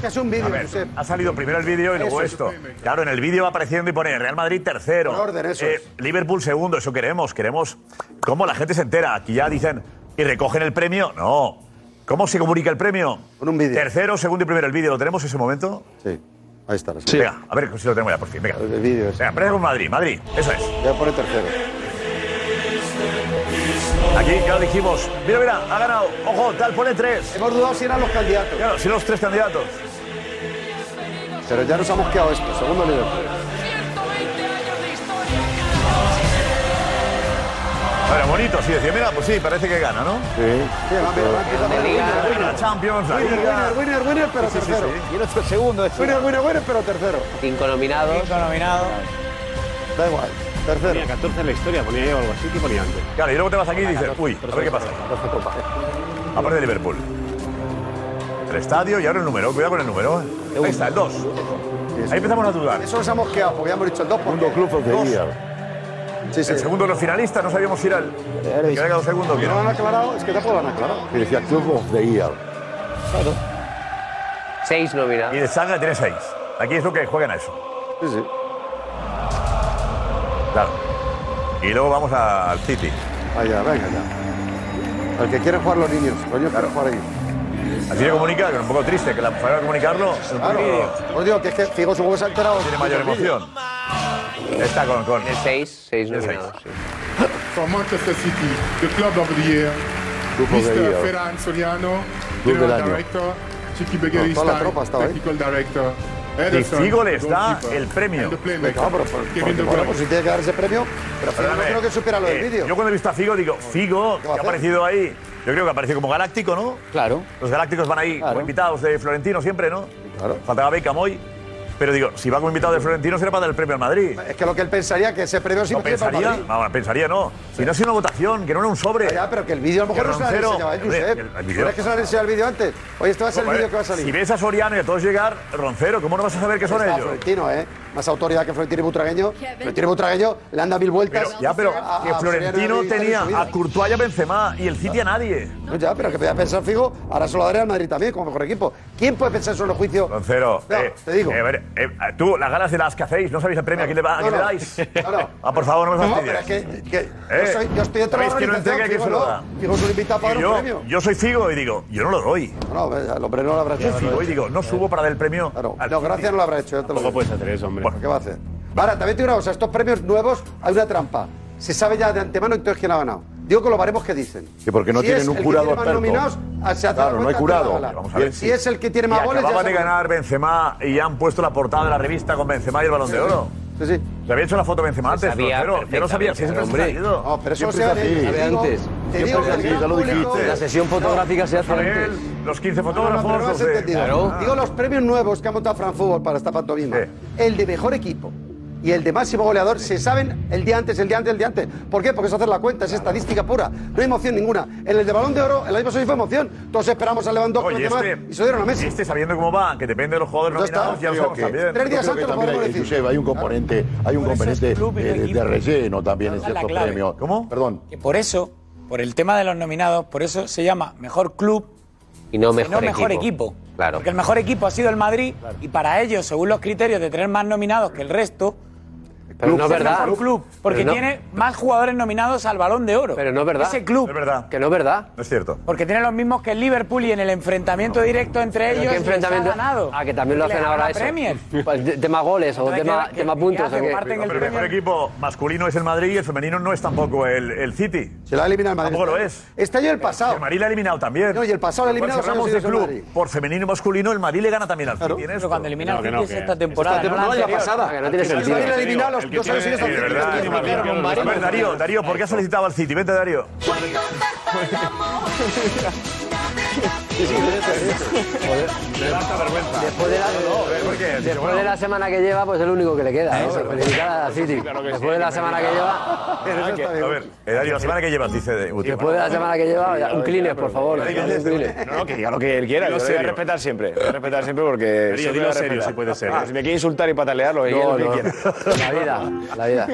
[SPEAKER 16] que es un vídeo,
[SPEAKER 2] A ver,
[SPEAKER 16] Josep.
[SPEAKER 2] Ha salido primero el vídeo y luego
[SPEAKER 16] Eso,
[SPEAKER 2] esto. Claro, en el vídeo va apareciendo y pone Real Madrid tercero.
[SPEAKER 16] Por orden, eso es.
[SPEAKER 2] Eh, Liverpool segundo, eso queremos. Queremos cómo la gente se entera. Aquí ya dicen y recogen el premio. No. ¿Cómo se comunica el premio? Con un vídeo. Tercero, segundo y primero el vídeo. ¿Lo tenemos ese momento?
[SPEAKER 16] Sí. Ahí está.
[SPEAKER 2] Venga, a ver si lo tenemos ya por fin. Venga. El
[SPEAKER 16] vídeo
[SPEAKER 2] Venga, empieza con Madrid. Madrid, eso es.
[SPEAKER 16] Ya pone tercero.
[SPEAKER 2] Aquí, claro, dijimos. Mira, mira, ha ganado. Ojo, tal, pone tres.
[SPEAKER 16] Hemos dudado si eran los candidatos.
[SPEAKER 2] Claro, si eran los tres candidatos.
[SPEAKER 16] Pero ya nos hemos quedado esto. Segundo Liverpool.
[SPEAKER 2] Bueno, bonito, sí, decía, mira, pues sí, parece que gana, ¿no?
[SPEAKER 16] Sí, va, mira, va, empieza por el winner, winner.
[SPEAKER 2] Champions, la
[SPEAKER 16] Winner,
[SPEAKER 2] Liga.
[SPEAKER 16] winner, winner, winner, pero tercero. Y el otro segundo. Winner, winner, winner, pero tercero.
[SPEAKER 13] Cinco nominados.
[SPEAKER 14] Cinco nominados.
[SPEAKER 16] Da igual. Tercero.
[SPEAKER 11] Ponía 14 en la historia, ponía yo algo así que ponía antes.
[SPEAKER 2] Claro, y luego te vas aquí y dices, uy, a ver qué pasa. Aparte de Liverpool. El estadio y ahora el número, cuidado con el número. ¿eh? Ahí está, el 2. Ahí empezamos a dudar.
[SPEAKER 16] Eso nos hemos quedado, porque habíamos dicho el 2 porque... Segundo club
[SPEAKER 2] the El segundo de los finalistas, no sabíamos si era el. Que venga dos segundos, que
[SPEAKER 16] No lo han
[SPEAKER 2] no.
[SPEAKER 16] aclarado, es que tampoco lo han aclarado.
[SPEAKER 3] Y decía Club of the Year.
[SPEAKER 13] Seis nominados.
[SPEAKER 2] Y de Saga tiene seis. Aquí es lo que juegan a eso.
[SPEAKER 16] Sí, sí.
[SPEAKER 2] Claro. Y luego vamos a- al City.
[SPEAKER 16] Vaya, venga Ah, ya. El que quiere jugar los niños, coño, quiero jugar ahí.
[SPEAKER 2] Así de comunicar, que es un poco triste, que la falta de comunicarlo es un
[SPEAKER 16] Claro.
[SPEAKER 2] poco...
[SPEAKER 16] Os digo que es que Figo supongo que se ha enterado.
[SPEAKER 2] Tiene mayor emoción. Está con... con...
[SPEAKER 13] Tiene seis, seis nominados. sí.
[SPEAKER 22] From Manchester City, the club of the year,
[SPEAKER 3] Grupo
[SPEAKER 22] Mr.
[SPEAKER 3] de Guía.
[SPEAKER 22] Ferran Soriano,
[SPEAKER 3] Club del
[SPEAKER 22] General
[SPEAKER 3] año.
[SPEAKER 22] Director, Chiqui
[SPEAKER 3] No,
[SPEAKER 22] Begueri
[SPEAKER 3] toda la tropa estaba ahí.
[SPEAKER 22] Technical Director.
[SPEAKER 2] Y
[SPEAKER 22] Ederson,
[SPEAKER 2] Figo les da
[SPEAKER 22] goalkeeper,
[SPEAKER 2] el premio.
[SPEAKER 22] and the
[SPEAKER 2] Venga,
[SPEAKER 22] playmaker,
[SPEAKER 2] pero- pero-
[SPEAKER 22] Kevin De
[SPEAKER 2] bueno,
[SPEAKER 22] Bruyne.
[SPEAKER 2] pues si
[SPEAKER 16] Tiene que dar ese premio, pero Figo no
[SPEAKER 2] Perdóname,
[SPEAKER 16] creo que supiera lo del
[SPEAKER 2] eh,
[SPEAKER 16] vídeo.
[SPEAKER 2] Yo cuando he visto a Figo digo, Figo, que ha aparecido ahí. Yo creo que apareció como galáctico, ¿no?
[SPEAKER 20] Claro.
[SPEAKER 2] Los galácticos van ahí como invitados de Florentino siempre, ¿no? Claro. Faltaba Beckham hoy. Pero digo, si va como invitado de Florentino será para dar el premio al Madrid.
[SPEAKER 16] Es que lo que él pensaría que ese premio sí
[SPEAKER 2] no
[SPEAKER 16] tiene para
[SPEAKER 2] pensaría,
[SPEAKER 16] Madrid.
[SPEAKER 2] vamos, pensaría no. Si no ha sido una votación, que no era un sobre. Ya,
[SPEAKER 16] pero que el vídeo a lo mejor no se lo han enseñado, ¿eh, Josep? ¿Pero es que se lo han enseñado el vídeo antes? Oye, este va a ser el vídeo que va a salir.
[SPEAKER 2] Si ves a Soriano y a todos llegar, Roncero, ¿cómo no vas a saber qué son
[SPEAKER 16] Está
[SPEAKER 2] ellos?
[SPEAKER 16] Florentino, ¿eh? Más autoridad que Florentino y Butragueño. Florentino y Butragueño le anda mil vueltas.
[SPEAKER 2] Ya, pero
[SPEAKER 16] a- a-
[SPEAKER 2] que
[SPEAKER 16] a
[SPEAKER 2] Florentino
[SPEAKER 16] Soriano y-
[SPEAKER 2] tenía
[SPEAKER 16] y-
[SPEAKER 2] a Courtois y a Benzema y el City a nadie.
[SPEAKER 16] No, ya, pero que podía pensar Figo, ahora se lo daré al Madrid también como mejor equipo. ¿Quién puede pensar sobre el juicio?
[SPEAKER 2] Roncero,
[SPEAKER 16] No,
[SPEAKER 2] eh,
[SPEAKER 16] te digo.
[SPEAKER 2] eh, a ver, eh, tú, las ganas de las que hacéis, no sabéis el premio, ¿a quién le, va- a
[SPEAKER 16] No,
[SPEAKER 2] quién le
[SPEAKER 16] no.
[SPEAKER 2] dais?
[SPEAKER 16] (laughs) No, no.
[SPEAKER 2] Ah, por favor, no me
[SPEAKER 16] No,
[SPEAKER 2] fastidies.
[SPEAKER 16] pero es que, que
[SPEAKER 2] Eh,
[SPEAKER 16] yo, soy, yo estoy dentro de la
[SPEAKER 2] ¿sabéis quién lo
[SPEAKER 16] organización,
[SPEAKER 2] entrega y quién
[SPEAKER 16] Figo
[SPEAKER 2] se lo
[SPEAKER 16] no.
[SPEAKER 2] da?
[SPEAKER 16] Figo es un invitado para
[SPEAKER 2] Y
[SPEAKER 16] dar un
[SPEAKER 2] yo,
[SPEAKER 16] premio.
[SPEAKER 2] yo soy Figo y digo, yo no lo doy.
[SPEAKER 16] No, el hombre no lo habrá
[SPEAKER 2] Yo
[SPEAKER 16] hecho.
[SPEAKER 2] soy Figo y digo, no subo para dar el premio. al
[SPEAKER 16] No,
[SPEAKER 2] City.
[SPEAKER 16] gracias no lo habrá hecho.
[SPEAKER 2] Tampoco
[SPEAKER 11] puedes hacer eso, hombre.
[SPEAKER 16] ¿Qué va a hacer? Ahora, también te digo una cosa, estos premios nuevos hay una trampa. Se sabe ya de antemano entonces quién ha ganado. Digo con los baremos que dicen.
[SPEAKER 3] Sí, porque no
[SPEAKER 16] Si
[SPEAKER 3] tienen
[SPEAKER 16] es
[SPEAKER 3] un
[SPEAKER 16] el que
[SPEAKER 3] jurado
[SPEAKER 16] tiene más
[SPEAKER 3] experto.
[SPEAKER 16] nominados, ah, se hace
[SPEAKER 3] Claro,
[SPEAKER 16] la
[SPEAKER 3] no
[SPEAKER 16] cuenta
[SPEAKER 3] hay jurado.
[SPEAKER 16] de la gala.
[SPEAKER 3] Vamos a ver,
[SPEAKER 16] Si es el que tiene más
[SPEAKER 2] Y
[SPEAKER 16] goles,
[SPEAKER 2] acababa
[SPEAKER 16] ya
[SPEAKER 2] de
[SPEAKER 16] se-
[SPEAKER 2] ganar Benzema y ya han puesto la portada de la revista con Benzema y el Balón de Oro.
[SPEAKER 16] Sí, sí.
[SPEAKER 2] Se había hecho la foto de Benzema
[SPEAKER 16] Se
[SPEAKER 2] antes,
[SPEAKER 16] sabía
[SPEAKER 2] pero yo no sabía si
[SPEAKER 16] perfectamente, hombre.
[SPEAKER 2] siempre ha salido.
[SPEAKER 16] No, pero eso Siempre se es hace- así. te digo-
[SPEAKER 2] Siempre es
[SPEAKER 16] te digo
[SPEAKER 2] así,
[SPEAKER 16] que el gran público-
[SPEAKER 9] La sesión fotográfica se hace
[SPEAKER 2] Isabel,
[SPEAKER 9] antes.
[SPEAKER 2] Los 15
[SPEAKER 16] No,
[SPEAKER 2] fotógrafos.
[SPEAKER 16] pero no has
[SPEAKER 2] los de-
[SPEAKER 16] entendido.
[SPEAKER 2] Claro.
[SPEAKER 16] Digo los premios nuevos que ha montado Fran Fútbol para esta pantomima. El de mejor equipo y el de máximo goleador se saben el día antes, el día antes, el día antes. ¿Por qué? Porque eso hacer la cuenta, es estadística pura. No hay emoción ninguna. En el de Balón de Oro, el año pasado sí fue emoción. Todos esperamos a Lewandowski
[SPEAKER 2] Oye,
[SPEAKER 16] Benzema,
[SPEAKER 2] este-
[SPEAKER 16] y se lo dieron a Messi.
[SPEAKER 2] Este sabiendo cómo va, que depende de los jugadores
[SPEAKER 16] Ya está,
[SPEAKER 2] nominados, ya lo
[SPEAKER 16] creo
[SPEAKER 2] sabemos
[SPEAKER 16] que-
[SPEAKER 2] también.
[SPEAKER 16] Tres días antes
[SPEAKER 3] Yo creo que
[SPEAKER 16] lo
[SPEAKER 3] también
[SPEAKER 16] podemos
[SPEAKER 3] hay,
[SPEAKER 16] decir.
[SPEAKER 3] Josep, hay un componente, hay un
[SPEAKER 14] Por eso es
[SPEAKER 3] componente
[SPEAKER 14] club y
[SPEAKER 3] eh, de,
[SPEAKER 14] equipo.
[SPEAKER 3] relleno también en
[SPEAKER 14] Esa es la
[SPEAKER 3] ciertos
[SPEAKER 14] clave.
[SPEAKER 3] premios. ¿Cómo? Perdón.
[SPEAKER 14] Que por eso, por el tema de los nominados, por eso se llama mejor club
[SPEAKER 13] Y no
[SPEAKER 14] y
[SPEAKER 13] mejor,
[SPEAKER 14] no mejor
[SPEAKER 13] equipo.
[SPEAKER 14] equipo.
[SPEAKER 13] Claro.
[SPEAKER 14] Porque el mejor equipo ha sido el Madrid y para ellos, según los criterios de tener más nominados que el resto,
[SPEAKER 9] Pero no es
[SPEAKER 14] se llama
[SPEAKER 9] verdad.
[SPEAKER 14] mejor club. Porque
[SPEAKER 9] Pero no-
[SPEAKER 14] tiene más jugadores nominados al balón de oro.
[SPEAKER 9] Pero no es verdad.
[SPEAKER 14] Ese club.
[SPEAKER 2] verdad.
[SPEAKER 9] Que no es verdad.
[SPEAKER 2] No es cierto.
[SPEAKER 14] Porque tiene los mismos que el Liverpool y en el enfrentamiento directo entre
[SPEAKER 9] ¿Pero
[SPEAKER 14] ellos.
[SPEAKER 9] qué
[SPEAKER 14] les
[SPEAKER 9] enfrentamiento?
[SPEAKER 14] Ha ganado.
[SPEAKER 9] Ah, que también lo
[SPEAKER 14] Le
[SPEAKER 9] hacen
[SPEAKER 14] ganó
[SPEAKER 9] ahora
[SPEAKER 14] la
[SPEAKER 9] eso.
[SPEAKER 14] Premier.
[SPEAKER 9] Pa-
[SPEAKER 10] Pues,
[SPEAKER 9] de- tema goles o
[SPEAKER 14] Entonces,
[SPEAKER 9] tema,
[SPEAKER 14] ¿qué-
[SPEAKER 9] tema
[SPEAKER 14] qué
[SPEAKER 9] puntos.
[SPEAKER 14] hacen?
[SPEAKER 9] ¿o qué?
[SPEAKER 14] Parten el
[SPEAKER 2] Pero el mejor equipo masculino es el Madrid y el femenino no es tampoco el, el City.
[SPEAKER 16] Se la elimina el Madrid.
[SPEAKER 2] Tampoco lo es.
[SPEAKER 16] Este año el pasado.
[SPEAKER 2] El Madrid la ha eliminado también.
[SPEAKER 16] No, y el pasado lo ha
[SPEAKER 2] Igual
[SPEAKER 16] eliminado
[SPEAKER 2] si
[SPEAKER 16] los
[SPEAKER 2] hablamos
[SPEAKER 16] años
[SPEAKER 2] de
[SPEAKER 16] seguidos
[SPEAKER 2] club
[SPEAKER 16] el
[SPEAKER 2] por femenino y masculino, el Madrid le gana también al City.
[SPEAKER 14] Pero cuando elimina
[SPEAKER 2] No,
[SPEAKER 14] al
[SPEAKER 2] que
[SPEAKER 14] City
[SPEAKER 2] no,
[SPEAKER 14] es
[SPEAKER 2] que-
[SPEAKER 14] esta temporada.
[SPEAKER 9] Este
[SPEAKER 2] Esta
[SPEAKER 14] no la
[SPEAKER 2] temporada y la
[SPEAKER 14] anterior.
[SPEAKER 2] pasada, que no tiene
[SPEAKER 14] Es que el
[SPEAKER 2] sentido.
[SPEAKER 14] Madrid la ha
[SPEAKER 2] eliminado los-
[SPEAKER 14] que
[SPEAKER 2] los años
[SPEAKER 14] tiene-
[SPEAKER 2] seguidos
[SPEAKER 14] sí, de
[SPEAKER 2] anteriores.
[SPEAKER 14] verdad.
[SPEAKER 2] Es que me aplicaron un baremo. A ver, Darío, Darío, ¿por qué has solicitado al City? Vente, Darío.
[SPEAKER 9] Después de la, después de la semana que lleva, pues es el único que le queda. ¿eh? Eso,
[SPEAKER 10] pues.
[SPEAKER 9] felicitar a la City. Después de la semana que lleva.
[SPEAKER 2] A ver, eh, Darío, la semana que llevas, dice de Gutiérrez.
[SPEAKER 9] Después de la semana que lleva, un cleaner, por favor.
[SPEAKER 1] No, no, que diga lo que él quiera.
[SPEAKER 2] Dilo
[SPEAKER 1] Yo lo voy a
[SPEAKER 2] serio.
[SPEAKER 1] respetar siempre. Lo voy a respetar siempre porque.
[SPEAKER 2] Darío,
[SPEAKER 1] siempre
[SPEAKER 2] dilo
[SPEAKER 1] voy a
[SPEAKER 2] serio,
[SPEAKER 1] respetar.
[SPEAKER 2] si puede ser.
[SPEAKER 1] Ah, si me quiere insultar y patalear, lo que
[SPEAKER 9] No,
[SPEAKER 1] quiera, lo que
[SPEAKER 9] no. La vida, la vida.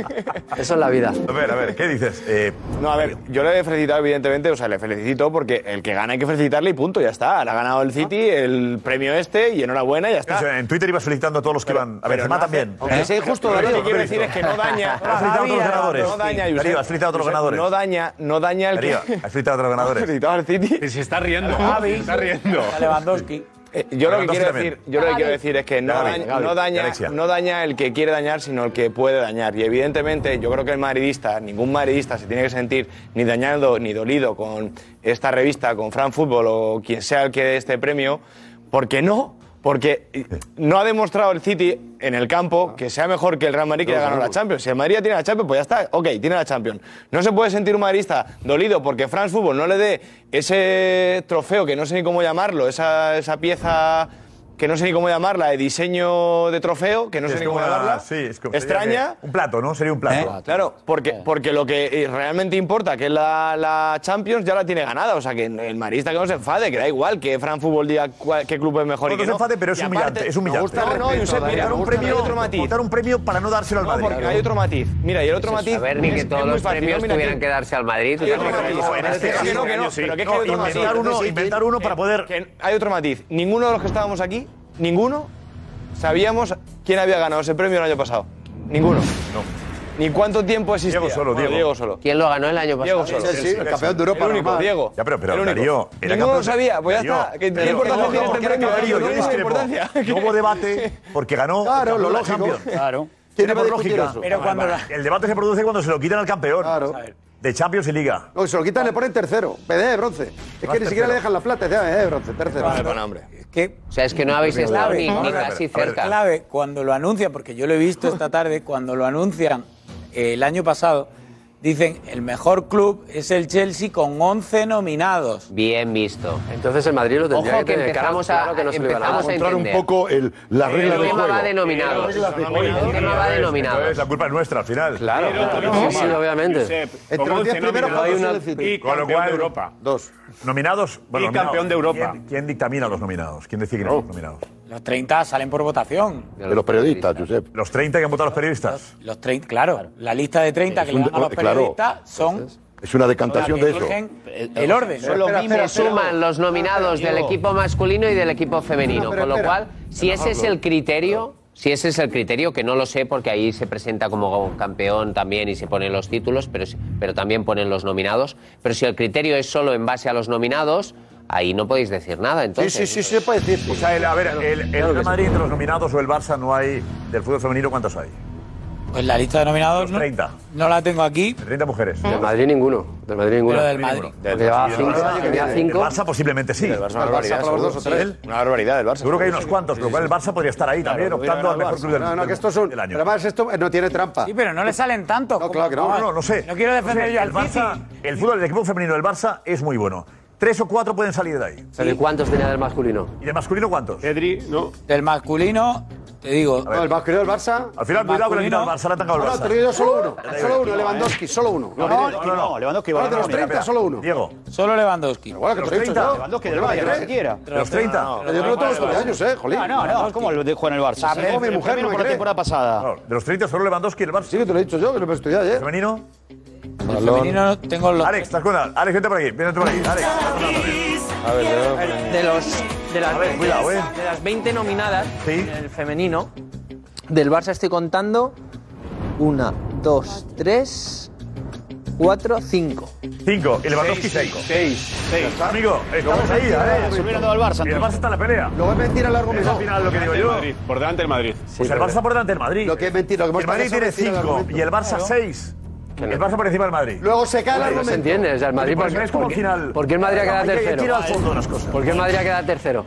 [SPEAKER 9] Eso es la vida.
[SPEAKER 2] A ver, a ver, ¿qué dices? Eh,
[SPEAKER 1] No, a ver, yo le he felicitado, evidentemente, o sea, le felicito porque el que gana hay que felicitarle y punto, ya está. Le ha ganado
[SPEAKER 2] Ah.
[SPEAKER 1] el City, el premio este y enhorabuena, ya
[SPEAKER 2] o sea,
[SPEAKER 1] está.
[SPEAKER 2] en Twitter ibas felicitando a todos los que iban. A Benzema también.
[SPEAKER 9] ¿Eh?
[SPEAKER 2] ¿Eh?
[SPEAKER 1] Aunque sea injusto, Darío. Lo que quiero
[SPEAKER 2] Lo he
[SPEAKER 1] decir
[SPEAKER 2] visto.
[SPEAKER 1] es que no daña.
[SPEAKER 2] Has felicitado a todos los ganadores.
[SPEAKER 1] No daña, Josep.
[SPEAKER 2] Darío, has felicitado a todos los
[SPEAKER 1] Josep,
[SPEAKER 2] ganadores.
[SPEAKER 1] No daña, no daña el (laughs)
[SPEAKER 2] Darío,
[SPEAKER 1] que.
[SPEAKER 2] has felicitado a todos los ganadores.
[SPEAKER 1] Felicitado al City.
[SPEAKER 21] Se está riendo.
[SPEAKER 14] Javi.
[SPEAKER 21] Se está riendo.
[SPEAKER 14] A Lewandowski.
[SPEAKER 1] Eh, Yo lo que
[SPEAKER 2] Lewandowski
[SPEAKER 1] quiero
[SPEAKER 2] también.
[SPEAKER 1] decir, yo lo que
[SPEAKER 14] Gavi.
[SPEAKER 1] quiero decir es que no,
[SPEAKER 2] Gavi,
[SPEAKER 1] daña,
[SPEAKER 2] Gavi,
[SPEAKER 1] no, daña,
[SPEAKER 2] Alexia.
[SPEAKER 1] no daña el que quiere dañar, sino el que puede dañar. Y evidentemente yo creo que el madridista, ningún madridista se tiene que sentir ni dañado ni dolido con esta revista, con Fran Fútbol o quien sea el que dé este premio, porque no, porque no ha demostrado el City en el campo que sea mejor que el Real Madrid que ya ganó la Champions. Si el Madrid ya tiene la Champions, pues ya está, ok, tiene la Champions. No se puede sentir un madridista dolido porque France Fútbol no le dé ese trofeo, que no sé ni cómo llamarlo, esa, esa pieza que no sé ni cómo llamarla, de diseño de trofeo, que no sé
[SPEAKER 2] Es
[SPEAKER 1] ni
[SPEAKER 2] como
[SPEAKER 1] cómo
[SPEAKER 2] una-
[SPEAKER 1] llamarla.
[SPEAKER 2] sí, es como-
[SPEAKER 1] Extraña.
[SPEAKER 2] Un plato, ¿no? Sería un plato.
[SPEAKER 1] Claro, porque, porque lo que eh, realmente importa, que es la, la Champions, ya la tiene ganada. O sea, que el marista que no se enfade, que da igual que Fran Fútbol diga cuál- qué club es mejor y
[SPEAKER 2] No
[SPEAKER 1] que
[SPEAKER 2] se
[SPEAKER 1] no.
[SPEAKER 2] enfade, pero es
[SPEAKER 1] Y
[SPEAKER 2] humillante.
[SPEAKER 1] aparte-
[SPEAKER 2] Es humillante.
[SPEAKER 1] No, no, Josep, mira,
[SPEAKER 2] Votar un premio,
[SPEAKER 1] hay otro matiz.
[SPEAKER 2] votar un premio para no dárselo al
[SPEAKER 1] No,
[SPEAKER 2] Madrid.
[SPEAKER 1] porque hay otro matiz. Mira, y el otro matiz.
[SPEAKER 13] A ver, ni
[SPEAKER 1] es-
[SPEAKER 13] que
[SPEAKER 1] es
[SPEAKER 13] todos
[SPEAKER 1] muy
[SPEAKER 13] los
[SPEAKER 1] fácil.
[SPEAKER 13] premios
[SPEAKER 1] No, mira,
[SPEAKER 13] tuvieran
[SPEAKER 1] aquí-
[SPEAKER 13] que darse al Madrid.
[SPEAKER 1] hay otro matiz.
[SPEAKER 2] No, en este
[SPEAKER 1] Que no, que no,
[SPEAKER 2] sí,
[SPEAKER 1] pero que es que
[SPEAKER 2] no,
[SPEAKER 1] hay otro matiz.
[SPEAKER 2] inventar uno, inventar uno para poder.
[SPEAKER 1] Que hay otro matiz. Ninguno de los que estábamos aquí, ninguno, sabíamos quién había ganado ese premio el año pasado. Ninguno.
[SPEAKER 2] No.
[SPEAKER 1] ¿Ni cuánto tiempo existía?
[SPEAKER 2] Diego solo,
[SPEAKER 1] Bueno,
[SPEAKER 2] Diego.
[SPEAKER 1] solo.
[SPEAKER 13] ¿Quién lo ganó el año pasado?
[SPEAKER 1] Diego solo. El único, Diego.
[SPEAKER 2] Ya, pero, pero
[SPEAKER 1] El único.
[SPEAKER 2] Darío, era
[SPEAKER 1] Ninguno lo
[SPEAKER 2] campeón-
[SPEAKER 1] sabía, pues ya
[SPEAKER 2] Darío,
[SPEAKER 1] está. ¿Qué, qué
[SPEAKER 2] Darío,
[SPEAKER 1] importancia
[SPEAKER 2] no,
[SPEAKER 1] tiene
[SPEAKER 2] no,
[SPEAKER 1] este
[SPEAKER 2] era
[SPEAKER 1] premio?
[SPEAKER 2] Darío,
[SPEAKER 1] Darío?
[SPEAKER 2] yo
[SPEAKER 1] No tiene
[SPEAKER 2] discrepo.
[SPEAKER 1] importancia.
[SPEAKER 2] No hubo debate porque ganó.
[SPEAKER 1] Claro,
[SPEAKER 2] el campeón de
[SPEAKER 1] lo
[SPEAKER 2] la
[SPEAKER 1] lógico.
[SPEAKER 2] Champions.
[SPEAKER 1] Claro.
[SPEAKER 2] Tiene
[SPEAKER 1] ¿Quién
[SPEAKER 2] por
[SPEAKER 1] iba a discutir
[SPEAKER 2] lógica.
[SPEAKER 1] eso? Pero cuando la-
[SPEAKER 2] El debate se produce cuando se lo quitan al campeón. De Champions y Liga.
[SPEAKER 16] No, se lo quitan, le ponen tercero. PD de bronce. Es que ni
[SPEAKER 2] tercero.
[SPEAKER 16] siquiera le dejan la plata, es de ABD de bronce, tercero.
[SPEAKER 13] O sea, es que no habéis
[SPEAKER 14] Clave,
[SPEAKER 13] estado ni,
[SPEAKER 14] ¿no?
[SPEAKER 13] ni casi cerca.
[SPEAKER 14] Es clave cuando lo anuncian, porque yo lo he visto esta tarde, cuando lo anuncian eh, el año pasado, dicen el mejor club es el Chelsea con 11 nominados.
[SPEAKER 13] Bien visto.
[SPEAKER 9] Entonces el Madrid lo tendría
[SPEAKER 14] Ojo,
[SPEAKER 9] que,
[SPEAKER 14] que
[SPEAKER 9] tener
[SPEAKER 14] empezamos
[SPEAKER 9] cara,
[SPEAKER 14] a-
[SPEAKER 9] claro que no se lo iba a
[SPEAKER 13] empezamos
[SPEAKER 9] ganar.
[SPEAKER 13] a Encontrar un entender. poco
[SPEAKER 2] eh,
[SPEAKER 3] el, la
[SPEAKER 13] El regla del tema juego. va de nominados.
[SPEAKER 2] Las reglas de
[SPEAKER 13] El
[SPEAKER 2] juego.
[SPEAKER 13] tema va de
[SPEAKER 2] Entonces,
[SPEAKER 13] nominados.
[SPEAKER 2] entonces La culpa es nuestra al final.
[SPEAKER 9] Claro, sí, sí, obviamente.
[SPEAKER 2] Con
[SPEAKER 9] los
[SPEAKER 2] once
[SPEAKER 9] diez primeros,
[SPEAKER 2] nominados.
[SPEAKER 9] hay una-
[SPEAKER 2] Y
[SPEAKER 9] Con lo
[SPEAKER 2] campeón
[SPEAKER 9] cual-
[SPEAKER 2] de Europa.
[SPEAKER 16] Dos.
[SPEAKER 2] Nominados.
[SPEAKER 14] Y campeón de Europa.
[SPEAKER 2] ¿Quién, quién dictamina a los nominados? ¿Quién decide quién son los nominados?
[SPEAKER 14] Los 30 salen por votación.
[SPEAKER 3] De los periodistas, Josep.
[SPEAKER 2] Los 30 que han votado los periodistas.
[SPEAKER 14] Los 30, claro. La lista de 30 que
[SPEAKER 3] Es
[SPEAKER 14] le
[SPEAKER 3] un-
[SPEAKER 14] dan a los
[SPEAKER 3] claro.
[SPEAKER 14] periodistas son
[SPEAKER 3] Es una decantación
[SPEAKER 14] Hola,
[SPEAKER 3] de
[SPEAKER 14] que
[SPEAKER 3] eso.
[SPEAKER 14] surgen el- el orden.
[SPEAKER 13] Son los mismos suman los nominados
[SPEAKER 14] Ah,
[SPEAKER 13] del equipo masculino y del equipo femenino.
[SPEAKER 14] Pero
[SPEAKER 13] Con lo
[SPEAKER 14] espera.
[SPEAKER 13] cual, si ese es el criterio, si ese es el criterio, que no lo sé porque ahí se presenta como campeón también y se ponen los títulos, pero, si- pero también ponen los nominados. Pero si el criterio es solo en base a los nominados, ahí no podéis decir nada. Entonces,
[SPEAKER 2] sí,
[SPEAKER 16] se puede decir.
[SPEAKER 2] O sea, el- a ver, el, el Real Madrid entre los nominados o el Barça no hay. Del fútbol femenino, ¿cuántos hay?
[SPEAKER 14] Pues la lista de nominados.
[SPEAKER 2] Los 30.
[SPEAKER 14] No la tengo aquí.
[SPEAKER 2] 30 mujeres.
[SPEAKER 9] Del Madrid ninguno. Del Madrid ninguno.
[SPEAKER 14] Pero del Madrid.
[SPEAKER 9] Porque llevaba cinco, tenía
[SPEAKER 2] El
[SPEAKER 9] cinco.
[SPEAKER 2] Barça posiblemente sí.
[SPEAKER 9] Del Barça, una barbaridad,
[SPEAKER 2] por los
[SPEAKER 9] seguro.
[SPEAKER 2] dos o tres.
[SPEAKER 9] Sí.
[SPEAKER 2] Una barbaridad del Barça. Seguro que hay unos cuantos, pero el Barça podría estar ahí también, optando al mejor club del
[SPEAKER 16] No, no, que esto es un. Pero
[SPEAKER 2] año.
[SPEAKER 16] además, esto eh, no tiene trampa.
[SPEAKER 14] Sí, pero no le salen tantos.
[SPEAKER 16] No, claro que no.
[SPEAKER 2] No, no, no sé.
[SPEAKER 14] No quiero defender
[SPEAKER 2] sé,
[SPEAKER 14] yo al
[SPEAKER 2] el Barça, El fútbol del equipo femenino del Barça es muy bueno. Tres o cuatro pueden salir de ahí.
[SPEAKER 9] ¿Pero y cuántos tenía del masculino?
[SPEAKER 2] ¿Y del masculino cuántos?
[SPEAKER 11] Pedri, no.
[SPEAKER 14] Del masculino, te digo.
[SPEAKER 16] No, el masculino del Barça.
[SPEAKER 2] Al final, cuidado con el
[SPEAKER 16] Masculino.
[SPEAKER 2] final. Barça le ha atacado al
[SPEAKER 16] No, no,
[SPEAKER 2] Barça.
[SPEAKER 16] te digo yo solo uno. Solo uno, Lewandowski, solo uno.
[SPEAKER 2] eh. No, no, no, no, Lewandowski,
[SPEAKER 16] No, de los
[SPEAKER 2] Lewandowski,
[SPEAKER 16] 30,
[SPEAKER 2] espera.
[SPEAKER 16] solo uno.
[SPEAKER 2] Diego.
[SPEAKER 14] Solo Lewandowski.
[SPEAKER 16] Igual que Pues te lo he dicho yo. ¿eh?
[SPEAKER 2] De los 30.
[SPEAKER 16] Pero yo no tengo los cumpleaños, eh, jolín.
[SPEAKER 2] No, no, no, ¿cómo
[SPEAKER 16] lo
[SPEAKER 2] dejo en el Barça?
[SPEAKER 16] Tampoco mi mujer no me cree.
[SPEAKER 14] pasada.
[SPEAKER 2] de los 30 solo Lewandowski y el Barça. Sí,
[SPEAKER 16] que te lo he dicho yo, que lo he estudiado ayer.
[SPEAKER 2] ¿Femenino?
[SPEAKER 14] femenino tengo los...
[SPEAKER 2] Alex, ¿estás con Alex, vente por aquí, vente por aquí. Alex.
[SPEAKER 23] A ver, de los de las,
[SPEAKER 2] A ver,
[SPEAKER 23] 20,
[SPEAKER 2] cuidado, eh.
[SPEAKER 23] de las 20 nominadas en el femenino del Barça estoy contando 1 2 3 4 5
[SPEAKER 2] 5 y Lewandowski 6. 6. Amigo, estamos ahí, ¿eh? Y el Barça está en la pelea.
[SPEAKER 16] Luego es mentira el
[SPEAKER 2] Es
[SPEAKER 16] argumento.
[SPEAKER 2] al final lo que digo yo.
[SPEAKER 11] Por delante del Madrid.
[SPEAKER 2] Pues el Barça por delante del Madrid.
[SPEAKER 16] Lo que es mentira, lo que hemos
[SPEAKER 2] El Madrid
[SPEAKER 16] pasado
[SPEAKER 2] tiene
[SPEAKER 16] es mentira el
[SPEAKER 2] 5
[SPEAKER 16] argumento.
[SPEAKER 2] y el Barça
[SPEAKER 16] Claro.
[SPEAKER 2] 6. El Barça por encima del Madrid.
[SPEAKER 16] Luego se cae el
[SPEAKER 9] No se
[SPEAKER 16] argumento.
[SPEAKER 9] entiende. O sea, el Madrid.
[SPEAKER 2] Porque
[SPEAKER 9] ¿por,
[SPEAKER 2] es como
[SPEAKER 9] por-
[SPEAKER 2] final.
[SPEAKER 9] por qué el Madrid ha quedado
[SPEAKER 2] Hay que- hay que
[SPEAKER 9] tercero?
[SPEAKER 2] ir al fondo de las cosas.
[SPEAKER 9] ¿Por qué el Madrid ha quedado tercero?